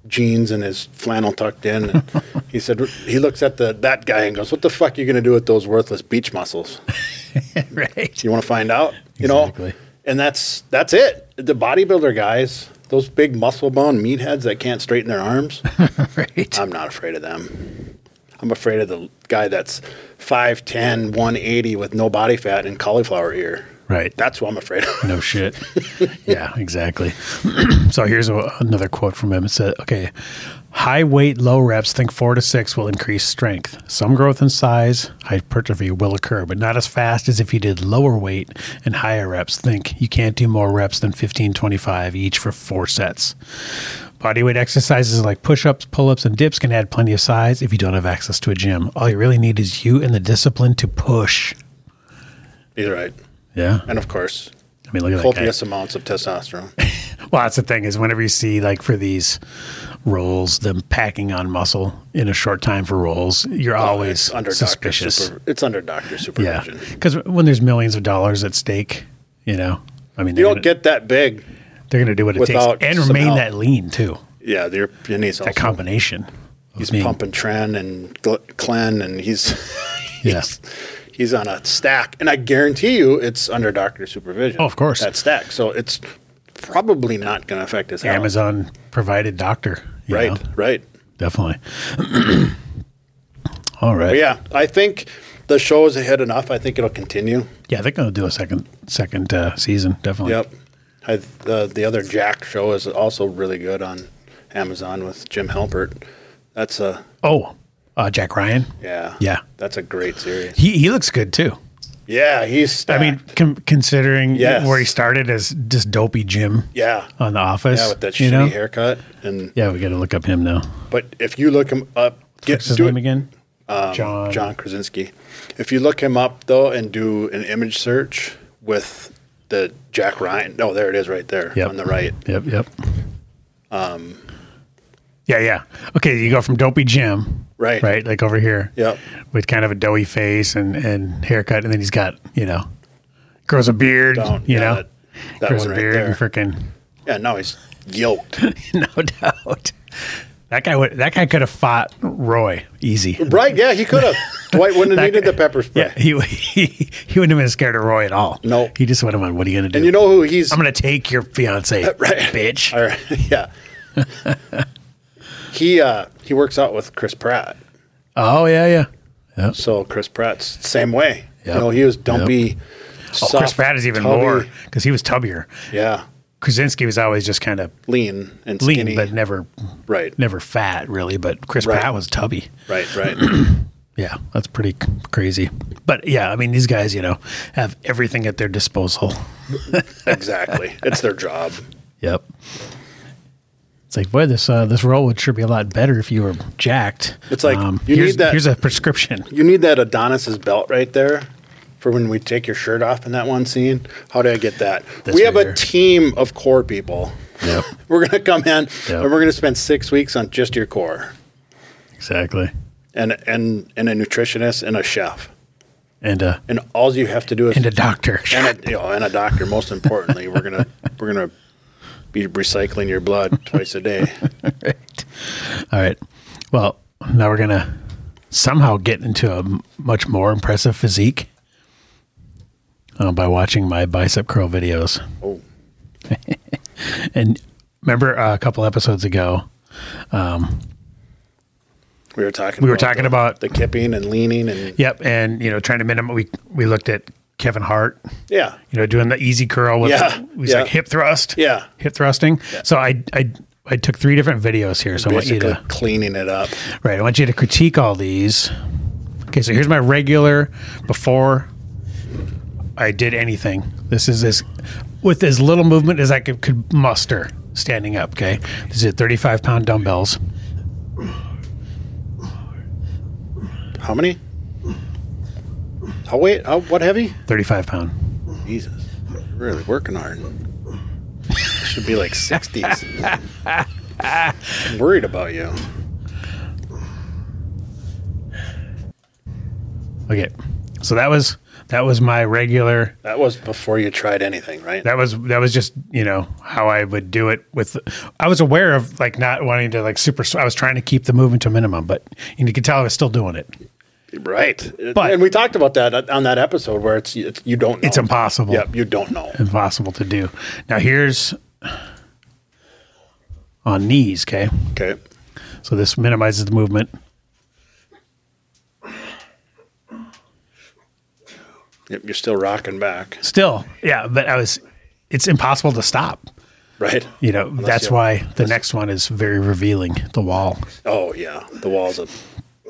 S2: jeans and his flannel tucked in. And
S1: [laughs]
S2: he said he looks at the that guy and goes, "What the fuck are you gonna do with those worthless beach muscles?
S1: right.
S2: You want to find out, you
S1: Exactly.
S2: know?" And that's that's it. The bodybuilder guys, those big muscle bound meatheads that can't straighten their arms.
S1: Right.
S2: I'm not afraid of them. I'm afraid of the guy that's 5'10, 180 with no body fat and cauliflower ear.
S1: right.
S2: That's what I'm afraid of. [laughs]
S1: No shit. [laughs] yeah, exactly. [clears throat] so here's a, another quote from him. It said, okay, high weight, low reps, think four to six will increase strength. Some growth in size, hypertrophy will occur, but not as fast as if you did lower weight and higher reps. Think you can't do more reps than 15, 25 each for four sets. Bodyweight exercises like push ups, pull ups, and dips can add plenty of size if you don't have access to a gym. All you really need is you and the discipline to push.
S2: He's right.
S1: Yeah.
S2: And of course,
S1: I mean, look at that. guy.
S2: copious amounts of testosterone.
S1: Well, that's the thing is whenever you see like for these roles, them packing on muscle in a short time for roles, you're always
S2: It's Oh, under
S1: suspicious.
S2: Doctor super, it's under doctor
S1: yeah,
S2: supervision.
S1: because when there's millions of dollars at stake, you know, I mean,
S2: You
S1: they're
S2: don't
S1: gonna,
S2: get that big.
S1: they're going to do what it takes
S2: without
S1: and
S2: some
S1: remain
S2: help.
S1: that lean too.
S2: Yeah, the Europeans
S1: That
S2: also.
S1: combination. of
S2: He's
S1: being-
S2: pumping Tren and Gl- Clen, and he's [laughs]
S1: Yeah.
S2: he's on a stack. And I guarantee you, it's under doctor supervision.
S1: Oh, of course.
S2: that stack. So it's probably not going to affect his health.
S1: Amazon provided doctor. you
S2: Right,
S1: know?
S2: right.
S1: Definitely. [clears throat] All right.
S2: But yeah, I think the show is ahead enough. I think it'll continue.
S1: Yeah, they're going to do a second second uh, season. Definitely.
S2: Yep. I, the the other Jack show is also really good on Amazon with Jim Halpert. That's a
S1: Oh, uh, Jack Ryan.
S2: yeah
S1: Yeah.
S2: That's a great series.
S1: He he looks good too.
S2: Yeah, he's.
S1: I
S2: Stacked.
S1: mean, con- considering
S2: Yes.
S1: where he started as just dopey Jim
S2: yeah,
S1: on The Office,
S2: yeah, with that shitty
S1: you know?
S2: haircut. And
S1: Yeah, we got to look up him now.
S2: but if you look him up, get
S1: What's his
S2: do
S1: name
S2: it- Um,
S1: again?
S2: John. Krasinski. If you look him up though and do an image search with the Jack Ryan. No, there it is, right there
S1: Yep.
S2: on the right. Um,
S1: Yep, yep. Um. Yeah, yeah. Okay, you go from dopey Jim,
S2: Right.
S1: right, like over here,
S2: Yep.
S1: with kind of a doughy face and and haircut, and then he's got you know, grows a beard,
S2: Down,
S1: you
S2: yeah,
S1: know,
S2: that- that
S1: grows
S2: one
S1: a
S2: right
S1: beard
S2: there.
S1: and freaking
S2: Yeah, now he's yoked.
S1: [laughs] no doubt. That guy would. That guy could have fought Roy easy.
S2: right? Yeah, he could have. Dwight wouldn't have needed the pepper spray.
S1: Yeah, he, [laughs] he he wouldn't have been scared of Roy at all.
S2: Nope.
S1: he just would have went. What are you gonna do?
S2: And you know who he's?
S1: I'm gonna take your fiance,
S2: [laughs] Right.
S1: bitch.
S2: All right, yeah. he uh, he works out with Chris Pratt,
S1: Oh yeah, yeah.
S2: so Chris Pratt's same way.
S1: Yep.
S2: You know, he was dumpy.
S1: Oh, Chris Pratt is even more because he was tubbier.
S2: Yeah,
S1: Krasinski was always just kind of
S2: lean and
S1: lean,
S2: skinny.
S1: but never
S2: right,
S1: never fat really. But Chris
S2: Right.
S1: Pratt was tubby.
S2: right, right.
S1: [coughs] Yeah, that's pretty c- crazy. But yeah, I mean, these guys, you know, have everything at their disposal.
S2: exactly. It's their job.
S1: Yep. It's like, boy, this uh, this role would sure be a lot better if you were jacked. Um,
S2: It's like, you need
S1: here's,
S2: that-
S1: Here's a prescription.
S2: You need that Adonis's belt right there for when we take your shirt off in that one scene. How do I get that?
S1: This
S2: we
S1: right
S2: have
S1: here.
S2: a team of core people.
S1: Yep,
S2: We're gonna come in
S1: Yeah.
S2: and we're gonna spend six weeks on just your core
S1: exactly.
S2: and and and a nutritionist and a chef.
S1: And uh,
S2: And all you have to do is
S1: and a doctor.
S2: and a, you know, and a doctor. Most importantly, we're gonna we're gonna be recycling your blood twice a day.
S1: right. All right. Well, now we're gonna somehow get into a m- much more impressive physique uh, by watching my bicep curl videos.
S2: Oh,
S1: And remember uh, a couple episodes ago,
S2: we were talking.
S1: we were talking
S2: the-
S1: about
S2: the kipping and leaning and
S1: yep, and you know, trying to minimize. We we looked at Kevin Hart.
S2: yeah,
S1: You know, doing the easy curl with
S2: Yeah,
S1: it was
S2: yeah.
S1: like hip thrust.
S2: Yeah.
S1: hip thrusting. So I I I took three different videos here. So I want you
S2: basically
S1: to
S2: cleaning it up.
S1: Right. I want you to critique all these. Okay, so here's my regular before I did anything. This is as with as little movement as I could, could muster standing up. Okay, these are 35 pound dumbbells.
S2: How many? How weight? How what heavy?
S1: 35 pound.
S2: Jesus, really working hard. Should be like sixties. I'm worried about you.
S1: Okay, so that was that was my regular
S2: That was before you tried anything, right?
S1: that was that was just you know how I would do it with I was aware of like not wanting to like super I was trying to keep the movement to a minimum but you can tell I was still doing it
S2: right.
S1: But-
S2: and we talked about that on that episode where it's, it's you don't. Know.
S1: It's impossible.
S2: Yep, you don't know.
S1: impossible to do. Now here's on knees, okay?
S2: Okay.
S1: So this minimizes the movement.
S2: Yep, you're still rocking back,
S1: Still, yeah, but I was it's impossible to stop.
S2: right?
S1: You know, that's
S2: you-
S1: why the next one is very revealing, the wall.
S2: Oh yeah, the wall's a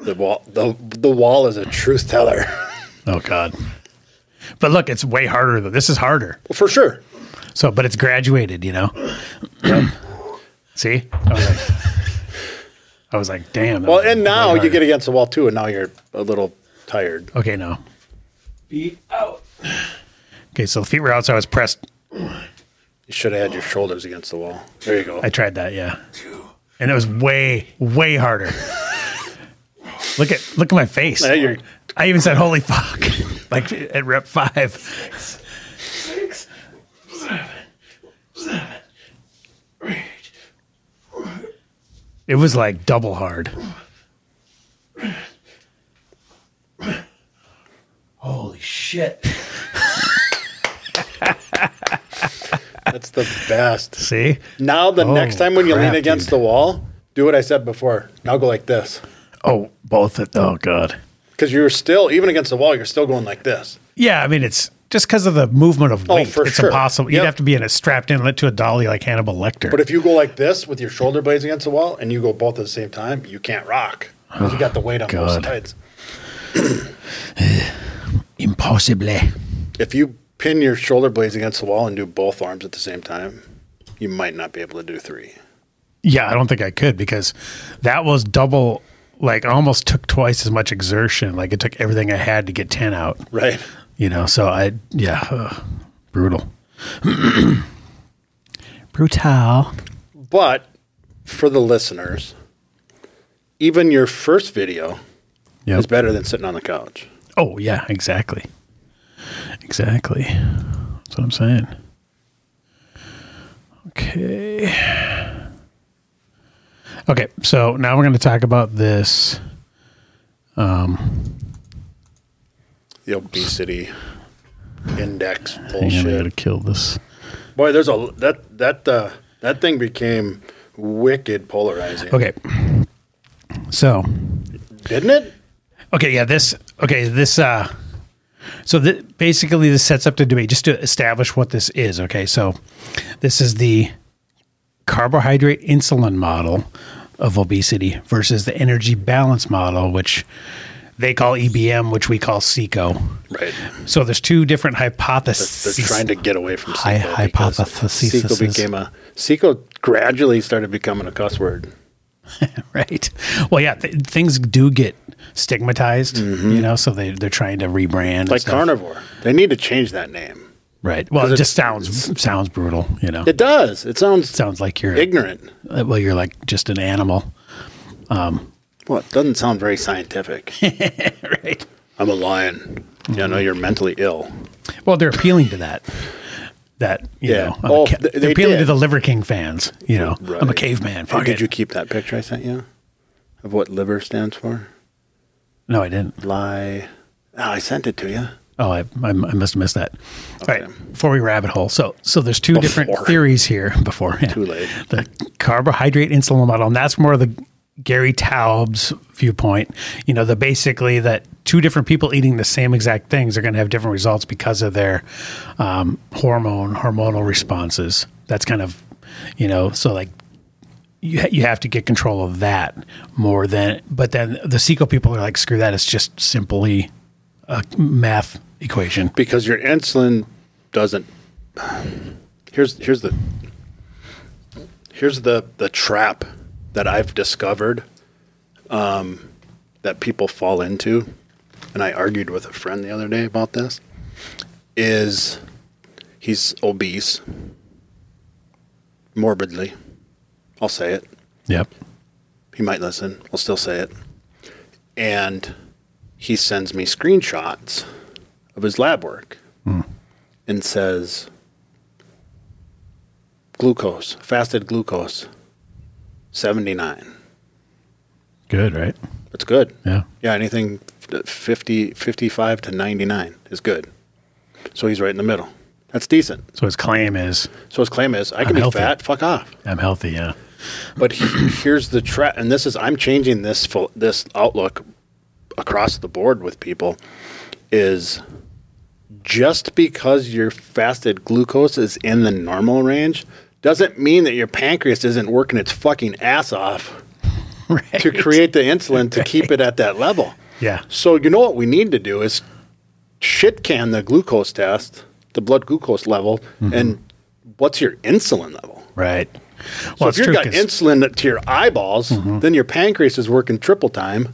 S2: the wall the the wall is a truth teller [laughs]
S1: Oh god. But look, it's way harder though. This is harder.
S2: for sure.
S1: So, but it's graduated, you know. See? I was like I was like, damn. that
S2: Well,
S1: was
S2: and
S1: way
S2: now you
S1: harder.
S2: get against the wall too, and now you're a little tired.
S1: Okay, no. Feet out. Okay, so the feet were out, so I was pressed.
S2: You should have had your shoulders against the wall. There you go.
S1: I tried that, yeah. And it was way, way harder. look at look at my face.
S2: Yeah, you're-
S1: I even said, "Holy fuck!" [laughs] like at rep five.
S4: six, seven, seven, eight,
S1: It was like double hard.
S4: Holy shit.
S2: That's the best.
S1: See?
S2: Now the
S1: Oh,
S2: next time when you lean
S1: crap,
S2: against
S1: dude.
S2: the wall, do what I said before. Now go like this,
S1: Oh, both. Of, oh, god.
S2: because you're still even against the wall. You're still going like this.
S1: Yeah, I mean it's just because of the movement of
S2: Oh,
S1: weight.
S2: for
S1: it's
S2: sure.
S1: impossible. You'd
S2: Yep.
S1: have to be in a strapped inlet to a dolly like Hannibal Lecter.
S2: But if you go like this with your shoulder blades against the wall and you go both at the same time, you can't rock. 'Cause you got the weight on
S1: God.
S2: both sides.
S1: Impossible.
S2: If you pin your shoulder blades against the wall and do both arms at the same time, you might not be able to do three.
S1: Yeah, I don't think I could because that was double. Like I almost took twice as much exertion. Like it took everything I had to get ten out.
S2: Right.
S1: You know, so I yeah, ugh, brutal, [clears throat] brutal.
S2: But for the listeners, even your first video
S1: Yep.
S2: is better than sitting on the couch.
S1: Oh yeah, exactly, exactly. That's what I'm saying. Okay. Okay, so now we're going to talk about this.
S2: The obesity index
S1: Hang on, I got to
S2: bullshit.
S1: kill this.
S2: Boy, there's a that that uh, that thing became wicked polarizing,
S1: Okay. So,
S2: didn't it?
S1: Okay, yeah, this okay, this uh So th- basically, this sets up the debate just to establish what this is. Okay, so this is the carbohydrate insulin model of obesity versus the energy balance model, which they call EBM, which we call CECO.
S2: Right.
S1: So there's two different
S2: They're
S1: hypotheses.
S2: trying to get away from
S1: High
S2: SECO because
S1: hypotheses.
S2: SECO became a SECO gradually started becoming a cuss word.
S1: [laughs] right. Well, yeah, th- things do get stigmatized, you know, so they they're trying to rebrand and
S2: Mm-hmm. Like
S1: stuff.
S2: carnivore. They need to change that name.
S1: Right. Well, it
S2: it-
S1: just sounds sounds brutal, you know.
S2: It does. It sounds
S1: sounds like you're
S2: ignorant.
S1: uh, well, you're like just an animal,
S2: Well, it doesn't sound very scientific.
S1: [laughs] right?
S2: I'm a lion. Yeah, no, you're mentally ill.
S1: Well, they're appealing to that. That you
S2: Yeah.
S1: know, I'm
S2: Oh,
S1: a ca-
S2: th-
S1: they're
S2: they
S1: appealing to
S2: did.
S1: the Liver King fans. You know, I'm a
S2: Right.
S1: caveman.
S2: Hey,
S1: Fuck
S2: did
S1: it.
S2: you keep that picture I sent you of what liver stands for?
S1: no, I didn't.
S2: Lie. Oh, I sent it to you.
S1: Oh, I, I, I must have missed that.
S2: Okay.
S1: All right, before we rabbit hole. So, so there's two
S2: Before.
S1: different theories here. Before yeah.
S2: Too late.
S1: the carbohydrate insulin model, and that's more the Gary Taub's viewpoint. You know, the basically that two different people eating the same exact things are going to have different results because of their um, hormone hormonal responses. That's kind of you know, so like you ha- you have to get control of that more than. But then the Seco people are like, screw that. It's just simply a math equation.
S2: Because your insulin doesn't. Here's here's the here's the the trap that I've discovered um, that people fall into, and I argued with a friend the other day about this. Is he's obese, morbidly. I'll say it.
S1: Yep.
S2: he might listen. I'll still say it. And he sends me screenshots of his lab work
S1: Hmm.
S2: and says, glucose, fasted glucose, 79.
S1: Good, right?
S2: That's good.
S1: Yeah.
S2: Yeah, anything f- 50, 55 to 99 is good. So he's right in the middle. That's decent.
S1: So his claim is,
S2: So his claim is, I can
S1: I'm
S2: be
S1: healthy.
S2: fat, fuck off.
S1: I'm healthy.
S2: [laughs]
S1: Yeah.
S2: But he- here's the trap, and this is I'm changing this phil- this outlook across the board with people is just because your fasted glucose is in the normal range doesn't mean that your pancreas isn't working its fucking ass off
S1: Right.
S2: to create the insulin to keep it at that level.
S1: Yeah.
S2: So you know what we need to do is shit can the glucose test, the blood glucose level, and what's your insulin level?
S1: Right. Well,
S2: So
S1: it's
S2: if you've
S1: true.
S2: got
S1: 'cause
S2: insulin to your eyeballs,
S1: Mm-hmm.
S2: then your pancreas is working triple time.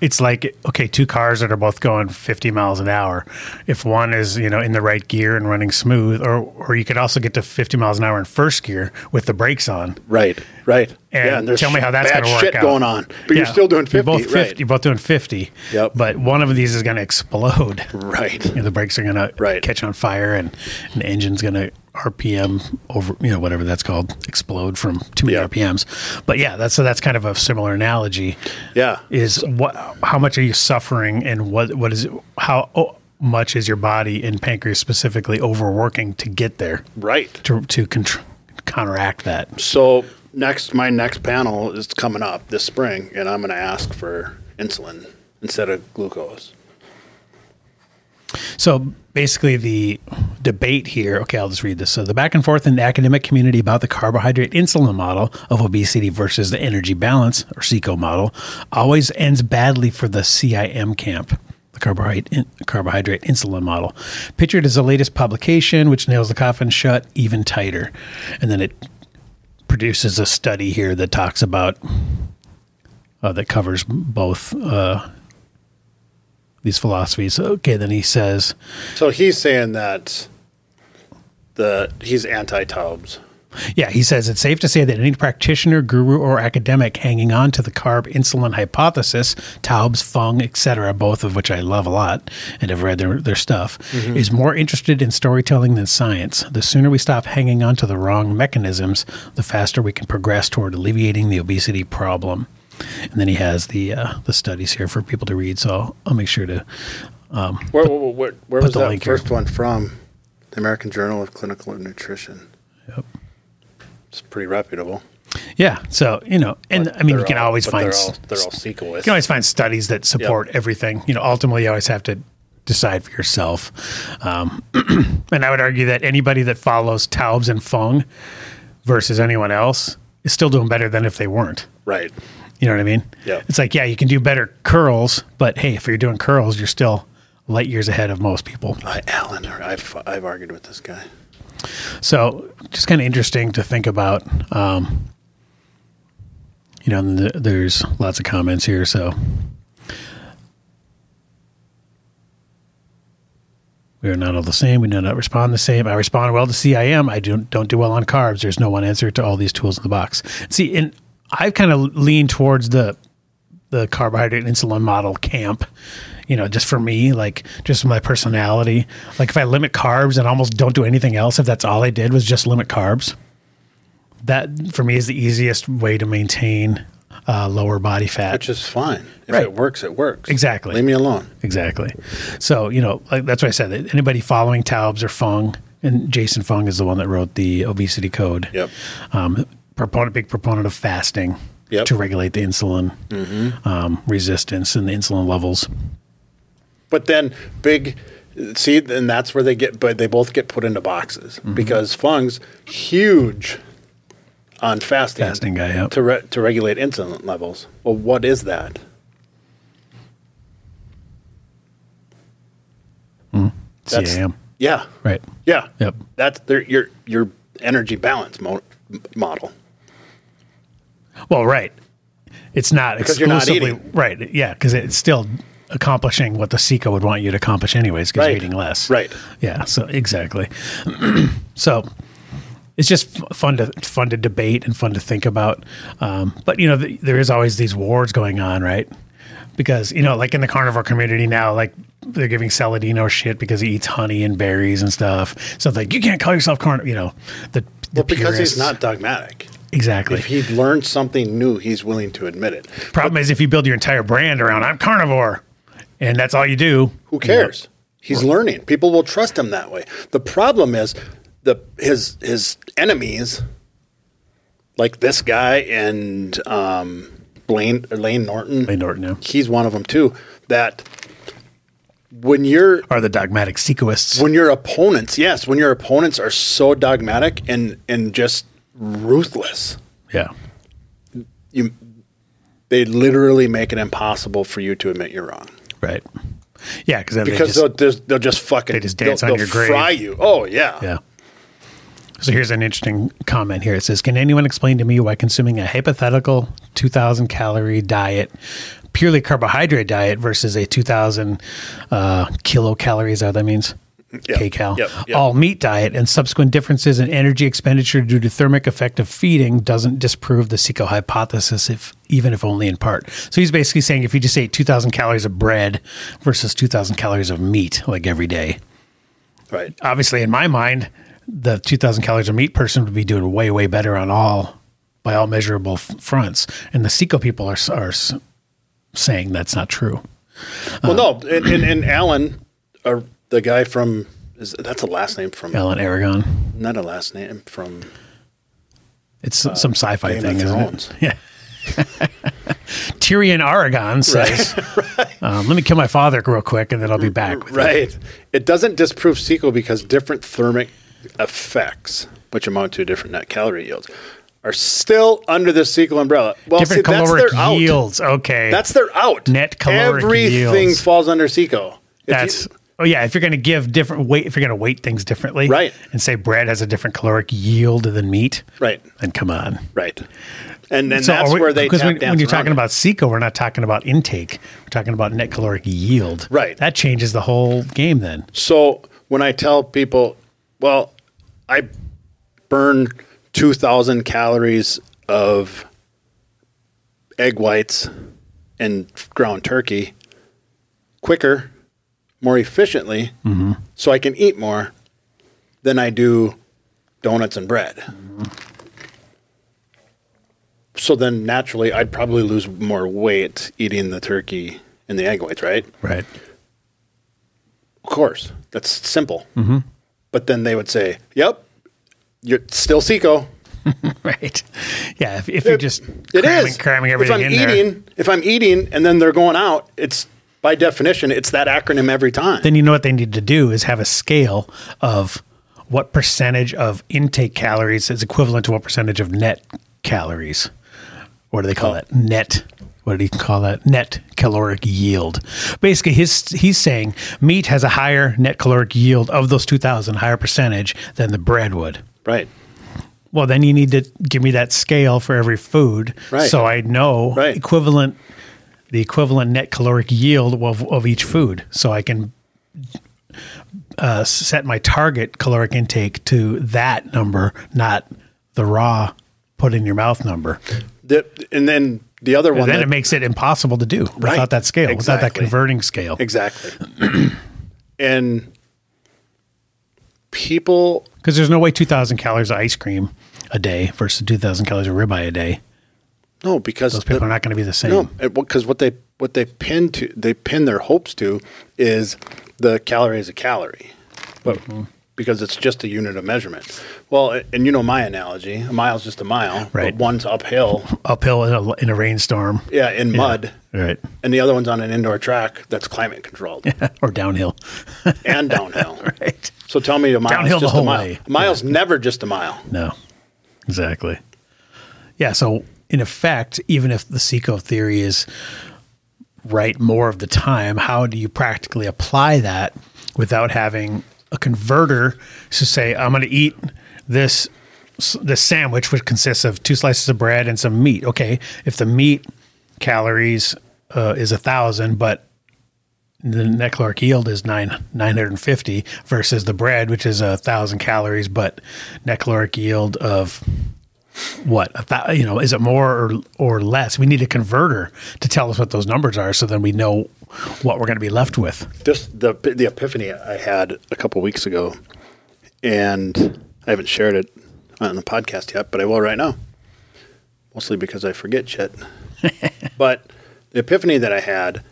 S1: it's like okay, two cars that are both going 50 miles an hour. If one is you know in the right gear and running smooth, or or you could also get to 50 miles an hour in first gear with the brakes on.
S2: Right, right.
S1: And tell me how that's
S2: bad
S1: going to work
S2: shit
S1: out.
S2: going on, but you're
S1: Yeah.
S2: still doing 50,
S1: You're both 50. You're both doing 50.
S2: Yep.
S1: But one of these is going to
S2: [laughs]
S1: explode.
S2: right,
S1: You know,
S2: right.
S1: the brakes are going to
S2: Right.
S1: catch on fire, and, and the engine's going to RPM over, you know, whatever that's called, explode from too many
S2: Yeah.
S1: RPMs. But yeah, that's so that's kind of a similar analogy.
S2: Yeah,
S1: is what how much are you suffering and what what is it, how oh, much is your body and pancreas specifically overworking to get there
S2: right.
S1: to to contr- counteract that
S2: So next, my next panel is coming up this spring, and I'm going to ask for insulin instead of glucose.
S1: so basically the debate here okay i'll just read this so the back and forth in the academic community about the carbohydrate insulin model of obesity versus the energy balance or seco model always ends badly for the cim camp the carbohydrate, in, carbohydrate insulin model pictured as the latest publication which nails the coffin shut even tighter and then it produces a study here that talks about uh, that covers both uh, these philosophies. Okay, then he says,
S2: So he's saying that the he's anti-Taubes.
S1: yeah, he says it's safe to say that any practitioner, guru, or academic hanging on to the carb insulin hypothesis, Taubes, Fung, etc., both of which I love a lot and have read their, their stuff,
S2: Mm-hmm.
S1: is more interested in storytelling than science. The sooner we stop hanging on to the wrong mechanisms, the faster we can progress toward alleviating the obesity problem. And then he has the uh, the studies here for people to read, so I'll, I'll make sure to
S2: Where, where, where, where
S1: put
S2: was
S1: the
S2: that
S1: link here.
S2: first one from? The American Journal of Clinical Nutrition.
S1: Yep.
S2: It's pretty reputable.
S1: Yeah. So, you know, and I mean, you can always find
S2: They're
S1: s-
S2: all, they're all sequelists.
S1: you can always find studies that support everything. You know, ultimately, you always have to decide for yourself. Um, [clears throat] and I would argue that anybody that follows Taubes and Fung versus anyone else is still doing better than if they weren't.
S2: Right.
S1: You know what I mean?
S2: Yeah.
S1: It's like, yeah, you can do better curls, but hey, if you're doing curls, you're still light years ahead of most people.
S2: I, Alan, or I've, I've argued with this guy.
S1: So just kind of interesting to think about. Um, you know, and th- there's lots of comments here. So we are not all the same. We do not respond the same. I respond well to CIM. I don't don't do well on carbs. There's no one answer to all these tools in the box. See, and I've kind of leaned towards the the carbohydrate and insulin model camp. You know, just for me, like just my personality. Like if I limit carbs and almost don't do anything else, if that's all I did was just limit carbs, that for me is the easiest way to maintain uh, lower body fat.
S2: Which is fine. If
S1: Right.
S2: it works, it works.
S1: Exactly.
S2: Leave me alone.
S1: Exactly. So, you know, like that's what I said. that Anybody following Taubes or Fung, and Jason Fung is the one that wrote the obesity code.
S2: Yep.
S1: Um, proponent, big proponent of fasting
S2: Yep. Mm-hmm.
S1: to regulate the insulin um, resistance and the insulin levels.
S2: But then big, see, and that's where they get, but they both get put into boxes
S1: Mm-hmm.
S2: because Fung's huge on fasting,
S1: Fasting guy, yep.
S2: to, re- to regulate insulin levels. Well, what is that? That's-
S1: CAM.
S2: Yeah.
S1: Right.
S2: Yeah.
S1: Yep.
S2: That's their, your, your energy balance mo- model.
S1: Well, right. It's not
S2: Because you're not
S1: exclusively
S2: eating.
S1: right. Yeah, because it's still accomplishing what the Sika would want you to accomplish anyways. Because
S2: Right.
S1: you're eating less.
S2: Right.
S1: Yeah. So exactly. [clears throat] so it's just f- fun to fun to debate and fun to think about. Um, but you know, th there is always these wars going on, right? Because you know, like in the carnivore community now, like they're giving Saladino shit because he eats honey and berries and stuff. So like, you can't call yourself carnivore. You know, the, the
S2: Well, because
S1: purists.
S2: he's not dogmatic.
S1: exactly.
S2: If he learned something new, he's willing to admit it.
S1: Problem is, if you build your entire brand around "I'm carnivore," and that's all you do,
S2: Who cares? He's learning. People will trust him that way. The problem is the his his enemies, like this guy and um, Blaine or Lane Norton.
S1: Lane Norton, yeah.
S2: He's one of them too. That when you're
S1: are the dogmatic sequists.
S2: when your opponents, yes, when your opponents are so dogmatic and and just ruthless,
S1: yeah,
S2: you they literally make it impossible for you to admit you're wrong.
S1: right. Yeah, because then
S2: Because
S1: they
S2: they'll,
S1: just,
S2: just, they'll just fucking
S1: They just dance on
S2: they'll,
S1: your
S2: they'll
S1: grave.
S2: fry you. Oh yeah,
S1: yeah. So here's an interesting comment here. It says, "Can anyone explain to me why consuming a hypothetical 2,000 calorie diet, purely carbohydrate diet, versus a 2,000 uh, kilocalories, is that what that means?"
S2: Yep.
S1: KCal,
S2: Yep. Yep.
S1: all meat diet and subsequent differences in energy expenditure due to thermic effect of feeding doesn't disprove the Seco hypothesis, if even if only in part. So he's basically saying if you just ate 2,000 calories of bread versus 2,000 calories of meat, like every day,
S2: right.
S1: obviously in my mind the 2000 calories of meat person would be doing way way better on all by all measurable f- fronts and the seco people are, s- are s- saying that's not true
S2: Well, no, and, and, and Alan, or the guy from is that's a last name from
S1: alan aragon
S2: not a last name from
S1: it's s- some sci-fi
S2: Uh, Game of
S1: thing isn't
S2: Thrones.
S1: it [laughs] yeah tyrion aragon
S2: [laughs]
S1: says um, let me kill my father real quick and then i'll be back with it.
S2: right. It doesn't disprove SQL because different thermic effects, which amount to different net calorie yields, are still under the SQL umbrella. Well,
S1: different
S2: see,
S1: caloric
S2: that's their
S1: yields okay
S2: out. That's their out.
S1: Net caloric
S2: Everything
S1: yields.
S2: falls under SQL.
S1: That's oh yeah. If you're going to give different weight, if you're going to weight things differently,
S2: Right.
S1: And say bread has a different caloric yield than meat,
S2: right,
S1: Then come on.
S2: right, and then
S1: So
S2: that's
S1: are we-
S2: where they
S1: because
S2: tap
S1: when, when
S2: dance
S1: you're
S2: around
S1: talking
S2: it.
S1: about Seco, we're not talking about intake. We're talking about net caloric yield.
S2: Right.
S1: That changes the whole game. Then
S2: So when I tell people, well, I burn 2,000 calories of egg whites and ground turkey quicker, more efficiently, so I can eat more than I do donuts and bread. So then naturally, I'd probably lose more weight eating the turkey and the egg whites, right?
S1: right.
S2: Of course, that's simple.
S1: Mm-hmm.
S2: But then they would say, "Yep, you're still seco."
S1: [laughs] Right. Yeah. If, if you're just
S2: It
S1: cramming,
S2: is
S1: cramming everything
S2: If I'm
S1: in
S2: eating,
S1: there.
S2: if I'm eating, and then they're going out, it's by definition, it's that acronym every time.
S1: then you know what they need to do is have a scale of what percentage of intake calories is equivalent to what percentage of net calories. What do they call that? Net. What do you call that? Net caloric yield. Basically, his he's saying meat has a higher net caloric yield of those two thousand higher percentage than the bread would.
S2: right.
S1: Well, then you need to give me that scale for every food,
S2: Right.
S1: so I know
S2: Right.
S1: equivalent the equivalent net caloric yield of, of each food, so I can uh, set my target caloric intake to that number, not the raw put in your mouth number.
S2: The, and then the other one.
S1: then
S2: that-
S1: it makes it impossible to do without
S2: Right.
S1: that scale, without that
S2: Exactly.
S1: converting scale.
S2: Exactly. [clears throat] and people,
S1: Because there's no way 2,000 calories of ice cream a day versus 2,000 calories of ribeye a day.
S2: no, because
S1: Those people
S2: the-
S1: are not going to be the same.
S2: no, because what they what they pin to they pin their hopes to is the calorie is a calorie, but because it's just a unit of measurement. Well, a- and you know my analogy: a mile's just a mile,
S1: Right.
S2: But one's uphill,
S1: Uphill in a, in a rainstorm.
S2: yeah, in mud,
S1: Right.
S2: and the other one's on an indoor track that's climate controlled
S1: [laughs] or downhill. [laughs]
S2: and downhill.
S1: Right.
S2: So tell me, a mile's
S1: Downhill the
S2: just
S1: whole
S2: a mile.
S1: way.
S2: A mile's never just a mile.
S1: No. Exactly. Yeah. So, in effect, even if the Seco theory is right more of the time, how do you practically apply that without having a converter to say, I'm going to eat this this sandwich, which consists of two slices of bread and some meat? Okay. If the meat calories uh, is a thousand, but the net caloric yield is nine nine hundred and fifty versus the bread, which is a thousand calories, but net caloric yield of what a thou, you know is it more or or less? We need a converter to tell us what those numbers are, so then we know what we're going to be left with.
S2: just the the epiphany I had a couple weeks ago, and I haven't shared it on the podcast yet, but I will right now. Mostly because I forget shit. but the epiphany that I had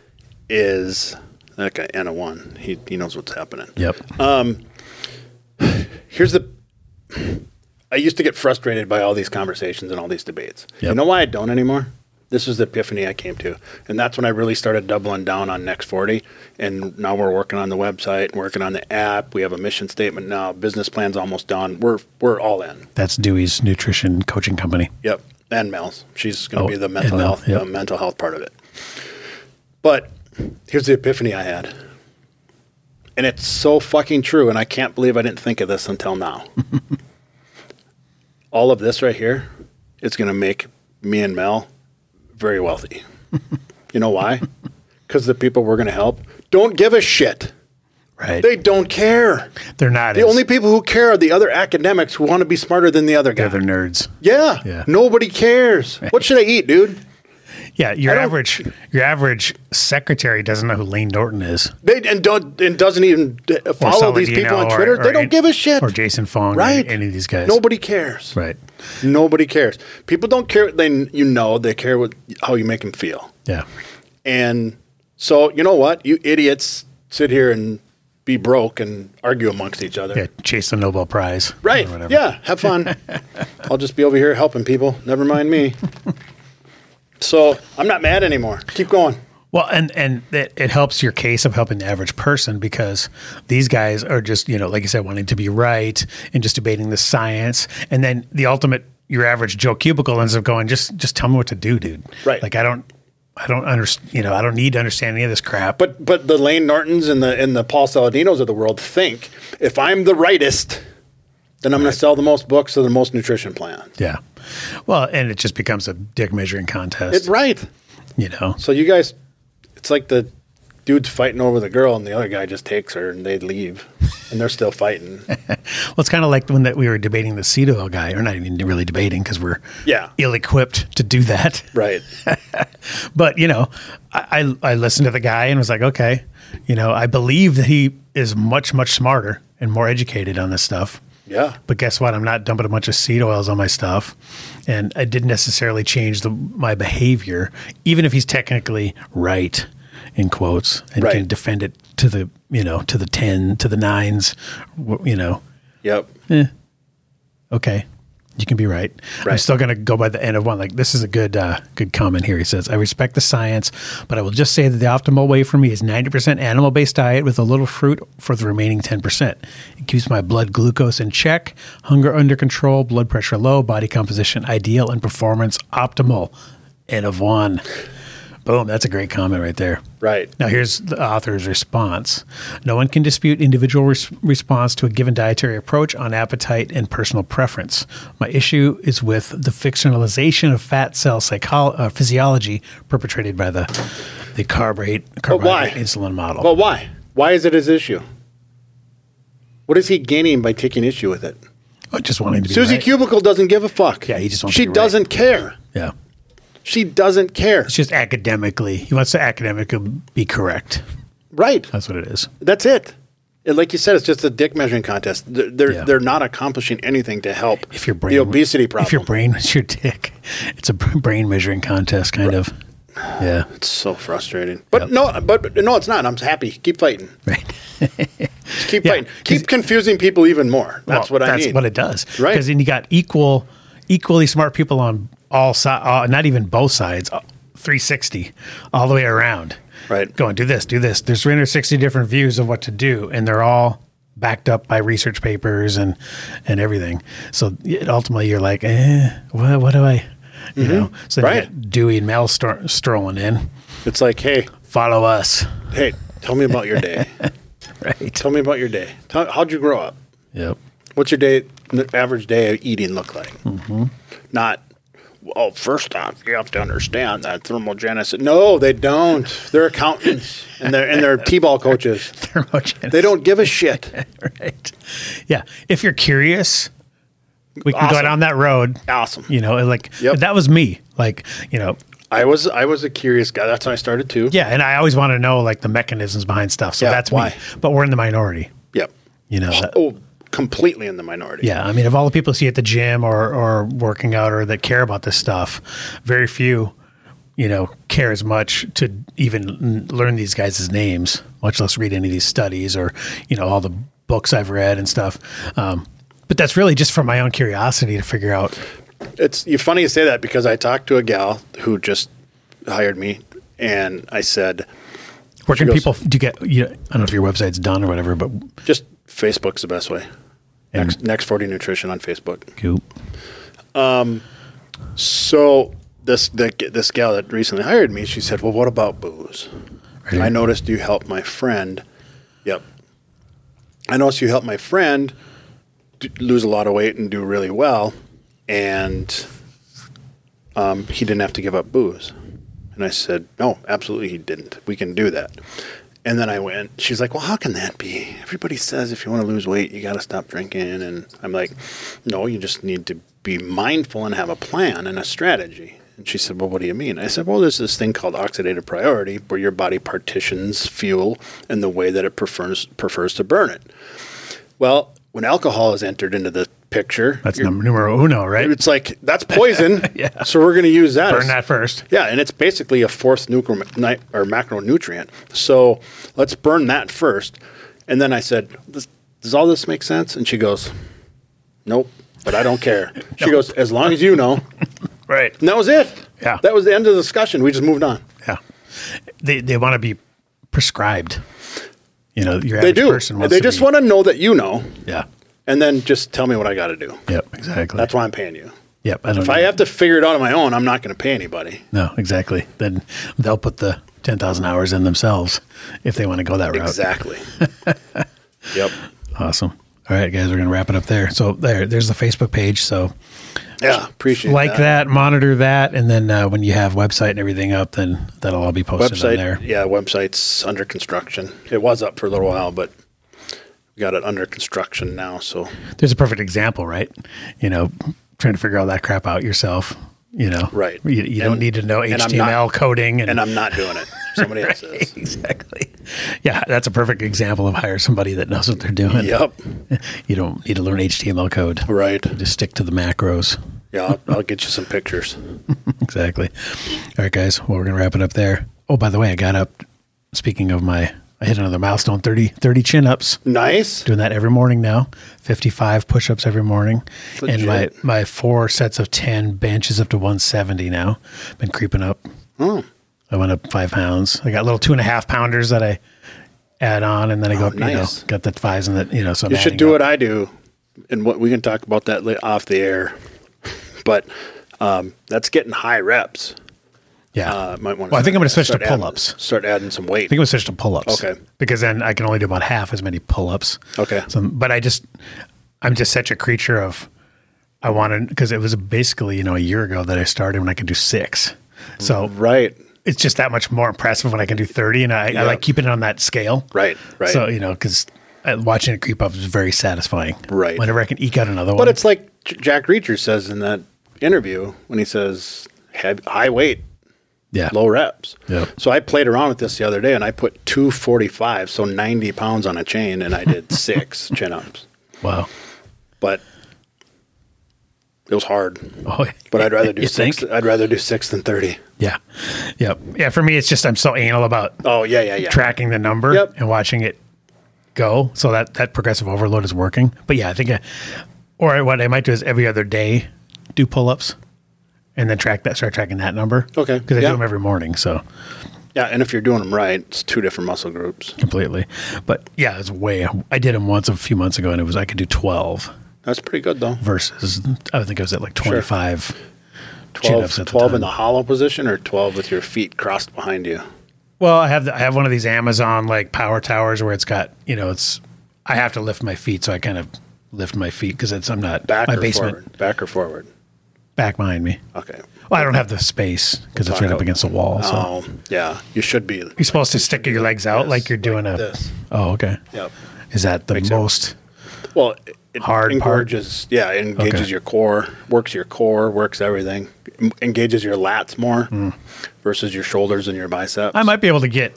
S2: is that guy Anna one. He he knows what's happening.
S1: Yep.
S2: Here's the. I used to get frustrated by all these conversations and all these debates. You
S1: Yep.
S2: know why I don't anymore? This was the epiphany I came to. And that's when I really started doubling down on Next 40. And now we're working on the website, working on the app. We have a mission statement now. Business plan's almost done. We're we're all in.
S1: That's Dewey's nutrition coaching company.
S2: Yep. And Mel's. She's going
S1: Oh,
S2: to be the
S1: and
S2: mental
S1: Mel,
S2: health
S1: yep.
S2: the mental health part of it. But here's the epiphany I had. And it's so fucking true and I can't believe I didn't think of this until now. [laughs] All of this right here is going to make me and Mel very wealthy. you
S1: [laughs]
S2: know why? Cuz the people we're going to help don't give a shit.
S1: Right.
S2: They don't care.
S1: They, are not
S2: The only people who care are the other academics who want to be smarter than the other guy.
S1: they're the nerds.
S2: Yeah.
S1: Yeah. [laughs]
S2: Nobody cares. What should I eat, dude?
S1: Yeah. Your
S2: I don't-
S1: average your average secretary doesn't know who Lane Norton is.
S2: They and don't and doesn't even d-
S1: or
S2: follow these
S1: Saladino
S2: people on
S1: or-
S2: Twitter.
S1: or
S2: they don't
S1: an-
S2: give a shit.
S1: Or Jason Fong.
S2: right?
S1: Right. Any of these guys.
S2: Nobody cares.
S1: Right.
S2: Nobody cares. People don't care. They you know they care what how you make them feel.
S1: Yeah.
S2: And so you know what? You idiots sit here and be broke and argue amongst each other.
S1: Yeah. Chase the Nobel Prize.
S2: Right.
S1: Or whatever.
S2: Yeah.
S1: [laughs]
S2: Have fun. I'll just be over here helping people. Never mind me. so I'm not mad anymore. Keep going.
S1: Well, and and it, it helps your case of helping the average person because these guys are just you know, like I said, wanting to be right and just debating the science, and then the ultimate your average Joe Cubicle ends up going, just just tell me what to do, dude.
S2: Right.
S1: Like I don't, I don't understand. You know, I don't need to understand any of this crap.
S2: But but the Lane Nortons and the and the Paul Saladinos of the world think if I'm the rightest, then I'm going to sell the most books or the most nutrition plan.
S1: yeah. Well, and it just becomes a dick measuring contest.
S2: It's right.
S1: you know.
S2: So you guys, it's like the dude's fighting over the girl, and the other guy just takes her, and they leave, and they're
S1: [laughs]
S2: still fighting.
S1: Well, it's kind of like when that we were debating the Cito guy, or not even really debating because we're
S2: Yeah.
S1: ill-equipped to do that.
S2: right.
S1: but you know, I, I I listened to the guy and was like, okay, you know, I believe that he is much much smarter and more educated on this stuff.
S2: Yeah.
S1: But guess what? I'm not dumping a bunch of seed oils on my stuff, and it didn't necessarily change the, my behavior, even if he's technically right in quotes and
S2: Right.
S1: can defend it to the you know to the ten to the nines, w- you know.
S2: Yep.
S1: Okay, You can be right. I'm
S2: Right.
S1: still going to go by the end of one. Like this is a good uh, good comment here. He says, "I respect the science, but I will just say that the optimal way for me is 90% animal based diet with a little fruit for the remaining 10%. It keeps my blood glucose in check, hunger under control, blood pressure low, body composition ideal, and performance optimal." End of one. Boom. That's a great comment right there.
S2: Right.
S1: Now, here's the author's response No one can dispute individual res- response to a given dietary approach on appetite and personal preference. My issue is with the fictionalization of fat cell psychol uh, physiology perpetrated by the, the carbohydrate,
S2: why?
S1: carbohydrate insulin model.
S2: Well, why? Why is it his issue? What is he gaining by taking issue with it?
S1: I just wanting to be
S2: Susie
S1: right.
S2: Cubicle doesn't give a fuck.
S1: Yeah, he just wants to
S2: She
S1: be right.
S2: doesn't care.
S1: Yeah.
S2: She doesn't care.
S1: It's just academically. He wants to academically be correct.
S2: Right.
S1: That's what it is.
S2: That's it. And like you said, it's just a dick measuring contest. They're they're,
S1: Yeah.
S2: they're not accomplishing anything to help
S1: If your brain,
S2: the obesity problem.
S1: If your brain [laughs] was your dick, it's a b- brain measuring contest, kind of. Yeah.
S2: It's so frustrating. But no, but, but no, it's not. I'm happy. Keep fighting.
S1: [laughs] Right.
S2: Just keep
S1: Yeah,
S2: fighting.
S1: 'cause-
S2: Keep confusing people even more. That's
S1: Well,
S2: what I
S1: that's
S2: need.
S1: what it does,
S2: Right.
S1: Because then you got equal, equally smart people on all sides, uh, not even both sides, uh, 360, all the way around.
S2: Right.
S1: Going do this, do this. There's 360 different views of what to do, and they're all backed up by research papers and and everything. So it- ultimately, you're like, eh, what, what do I, you know? So then you
S2: Mm-hmm. Right.
S1: got Dewey and Mel stor- strolling in.
S2: It's like, hey,
S1: Follow us,
S2: hey, tell me about your day.
S1: [laughs] right?
S2: tell me about your day. Tell, how'd you grow up?
S1: [laughs] Yep.
S2: What's your day, n- average day of eating look like? Mm-hmm. Not, well, first off, you have to understand that thermogenesis. No, they don't. They're accountants and they're and they're t-ball coaches.
S1: Thermogenesis.
S2: They don't give a shit.
S1: [laughs] right. Yeah. If you're curious, we can go
S2: Awesome.
S1: down that road.
S2: Awesome.
S1: You know, and like
S2: Yep.
S1: that was me. Like, you know,
S2: I was I was a curious guy. That's how I started too.
S1: yeah, and I always want to know like the mechanisms behind stuff. So
S2: Yeah,
S1: that's
S2: why?
S1: me. But we're in the minority.
S2: Yep.
S1: You know. that-
S2: Oh, completely in the minority.
S1: yeah, I mean, of all the people you see at the gym or or working out or that care about this stuff, very few, you know, care as much to even n- learn these guys' names, much less read any of these studies or you know all the books I've read and stuff. Um, but that's really just for my own curiosity to figure out.
S2: It's you funny you say that because I talked to a gal who just hired me and I said
S1: Where can
S2: goes-
S1: people do you get? You know, I don't know if your website's done or whatever, but
S2: just Facebook's the best way.
S1: And-
S2: Next Next 40 Nutrition on Facebook.
S1: Coop.
S2: So this the, this gal that recently hired me, she said, "Well, what about booze?
S1: Right.
S2: I noticed you helped my friend. Yep, I noticed you helped my friend d- lose a lot of weight and do really well, and um, he didn't have to give up booze." And I said, "No, absolutely, he didn't. We can do that." And then I went. She's like, "Well, how can that be? Everybody says if you want to lose weight, you got to stop drinking." And I'm like, "No, you just need to be mindful and have a plan and a strategy." And she said, "Well, what do you mean?" I said, "Well, there's this thing called oxidative priority, where your body partitions fuel in the way that it prefers prefers to burn it." Well, when alcohol is entered into the picture,
S1: That's
S2: you're-
S1: number numero uno, right?
S2: it's like that's poison.
S1: [laughs] Yeah.
S2: So we're going to use that.
S1: Burn
S2: as-
S1: that first.
S2: yeah, and it's basically a fourth nuclear ni- or macronutrient. So let's burn that first. And then I said, "Does- "Does all this make sense?" And she goes, "Nope, but I don't
S1: [laughs]
S2: care." She goes, "As long as you know."
S1: Right.
S2: And that was it.
S1: Yeah.
S2: that was the end of the discussion. We just moved on.
S1: Yeah. They they want to be prescribed. You know, your
S2: They
S1: average
S2: do.
S1: person wants
S2: They
S1: to
S2: just
S1: be-
S2: want to know that you know,
S1: Yeah.
S2: and then just tell me what I got to do.
S1: Yep. Exactly.
S2: That's why I'm paying you.
S1: Yep. I don't.
S2: If
S1: know.
S2: I have to figure it out on my own, I'm not going to pay anybody.
S1: no, exactly. Then they'll put the ten thousand hours in themselves if they want to go that route. [laughs]
S2: Exactly. yep.
S1: Awesome. All right, guys, we're gonna wrap it up there. So there, there's the Facebook page. So
S2: Yeah. Appreciate
S1: like that, monitor that, and then uh, when you have website and everything up, then that'll all be posted on
S2: website
S1: there.
S2: yeah website's under construction it was up for a little while but we got it under construction now so
S1: there's a perfect example, right? You know, trying to figure all that crap out yourself. You know,
S2: Right.
S1: You, you don't
S2: And-
S1: need to know
S2: and I'm
S1: HTML
S2: not-
S1: coding, and,
S2: and i'm not doing it somebody else
S1: [laughs]
S2: is
S1: exactly. Yeah, that's a perfect example of hire somebody that knows what they're doing.
S2: yep
S1: [laughs] You don't need to learn HTML code.
S2: right
S1: Just stick to the macros. [laughs]
S2: yeah I'll, I'll get you some pictures
S1: Exactly. All right, guys. Well, we're gonna wrap it up there. Oh, by the way, I got up. Speaking of my I hit another milestone 30, 30 chin ups.
S2: Nice.
S1: Doing that every morning now. 55 push ups every morning. And my,
S2: legit.
S1: my four sets of 10 benches up to 170 now. Been creeping up.
S2: Hmm.
S1: I went up five pounds. I got little two and a half pounders that I add on. And then I go
S2: Oh,
S1: up, you know,
S2: nice.
S1: got the fives and that, you know, so I'm
S2: You should
S1: adding
S2: do
S1: up.
S2: what I do, and what we can talk about that la- off the air. But um, that's getting high reps.
S1: Yeah.
S2: Uh, might want.
S1: Well, I think I'm gonna switch to pull-ups.
S2: Start adding some weight.
S1: I think it was switch to pull ups.
S2: Okay.
S1: Because then I can only do about half as many pull ups.
S2: Okay.
S1: So, but I just, I'm just such a creature of, I wanted, because it was basically, you know, a year ago that I started when I could do six. So
S2: Right.
S1: it's just that much more impressive when I can do 30. And I, I like keeping it on that scale.
S2: Right, right.
S1: So, you know, because watching it creep up is very satisfying.
S2: Right.
S1: Whenever I can eke out another one.
S2: But it's like J- Jack Reacher says in that interview when he says "Heav- high weight,
S1: yeah.
S2: low reps.
S1: Yep.
S2: So I played around with this the other day, and I put two forty-five, so ninety pounds on a chain, and I
S1: [laughs]
S2: did six chin-ups.
S1: Wow. [laughs]
S2: But it was hard.
S1: Oh,
S2: But
S1: [laughs]
S2: I'd rather do
S1: You
S2: six.
S1: think?
S2: I'd rather do six than thirty.
S1: Yeah. Yep. Yeah. For me, it's just, I'm so anal about
S2: Oh yeah, yeah, yeah.
S1: tracking the number
S2: Yep.
S1: and watching it go. So that that progressive overload is working. But yeah, I think, I, or what I might do is every other day do pull ups, and then track that, start tracking that number.
S2: Okay.
S1: because I
S2: Yeah.
S1: do them every morning, so
S2: Yeah, and if you're doing them right, it's two different muscle groups.
S1: completely. But yeah, it's way. I did them once a few months ago, and it was I could do twelve
S2: That's pretty good though.
S1: versus I think I was at like twenty five. Chin-ups
S2: 12,
S1: at the
S2: 12 in
S1: time.
S2: the hollow position or 12 with your feet crossed behind you.
S1: Well, I have the, I have one of these Amazon like power towers where it's got you know it's I have to lift my feet, so I kind of lift my feet because it's I'm not
S2: Back
S1: my
S2: or
S1: basement
S2: forward? Back or forward?
S1: back behind me.
S2: Okay.
S1: Well, I don't have the space because it's right up against the wall. So
S2: Oh, yeah. You should be.
S1: you're supposed to stick your legs out like you're doing a.
S2: this.
S1: Oh, okay.
S2: Yep.
S1: Is that the
S2: Makes it-
S1: most?
S2: Well, it- it
S1: Hard part?
S2: encourages, yeah, it engages
S1: Okay.
S2: your core, works your core, works everything, M- engages your lats more versus your shoulders and your biceps.
S1: Hmm. I might be able to get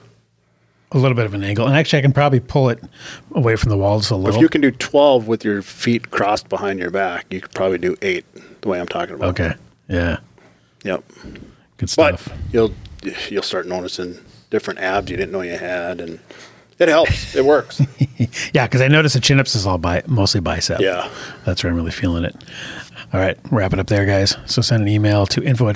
S1: a little bit of an angle, and actually, I can probably pull it away from the wall just a
S2: if
S1: little.
S2: you can do 12 with your feet crossed behind your back, you could probably do eight the way I'm talking about.
S1: okay. Yeah.
S2: Yep.
S1: Good
S2: but
S1: stuff.
S2: you'll you'll start noticing different abs you didn't know you had and it helps it
S1: [laughs]
S2: works
S1: yeah, because I noticed the chin ups is all bi- mostly bicep.
S2: Yeah.
S1: That's where I'm really feeling it. All right, wrap it up there, guys. So send an email to info at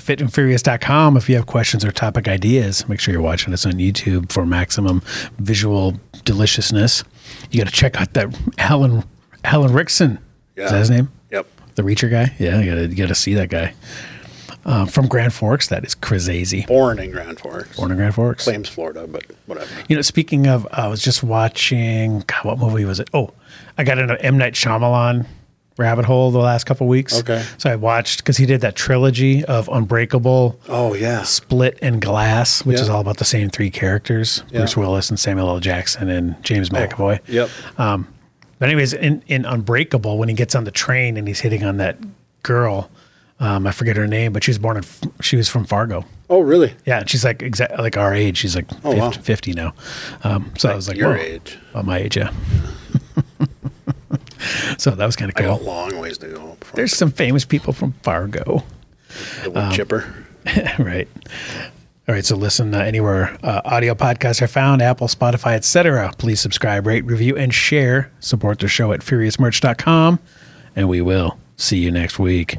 S1: fitandfurious.com if you have questions or topic ideas. Make sure you're watching us on YouTube for maximum visual deliciousness. You got to check out that Alan Alan Rickson. Is that his name?
S2: yep
S1: The Reacher guy? Yeah, you got to you got to see that guy. Uh, from Grand Forks, that is crazy.
S2: born in grand forks
S1: Born in Grand Forks.
S2: claims florida but whatever
S1: You know, speaking of, I was just watching. God, what movie was it? Oh, I got into M Night Shyamalan rabbit hole the last couple weeks.
S2: Okay.
S1: so I watched because he did that trilogy of Unbreakable,
S2: oh yeah
S1: Split, and Glass, which
S2: Yeah.
S1: is all about the same three characters: Bruce Willis and Samuel L. Jackson and
S2: Oh.
S1: James McAvoy.
S2: yep
S1: But anyways, in, in Unbreakable, when he gets on the train and he's hitting on that girl, um, I forget her name, but she was born in F- she was from Fargo.
S2: oh really
S1: Yeah, and she's like exact like our age. She's like 50,
S2: Oh, wow.
S1: 50 now. Um, so I was like
S2: your
S1: whoa.
S2: age
S1: About my age, yeah. [laughs] so that was kind of
S2: i got a
S1: cool.
S2: long ways to go before
S1: There's some famous people from Fargo,
S2: the wood chipper
S1: [laughs] right? All right, so listen uh, anywhere uh, audio podcasts are found, Apple, Spotify, etc. Please subscribe, rate, review, and share. Support the show at furiousmerch.com, and we will see you next week.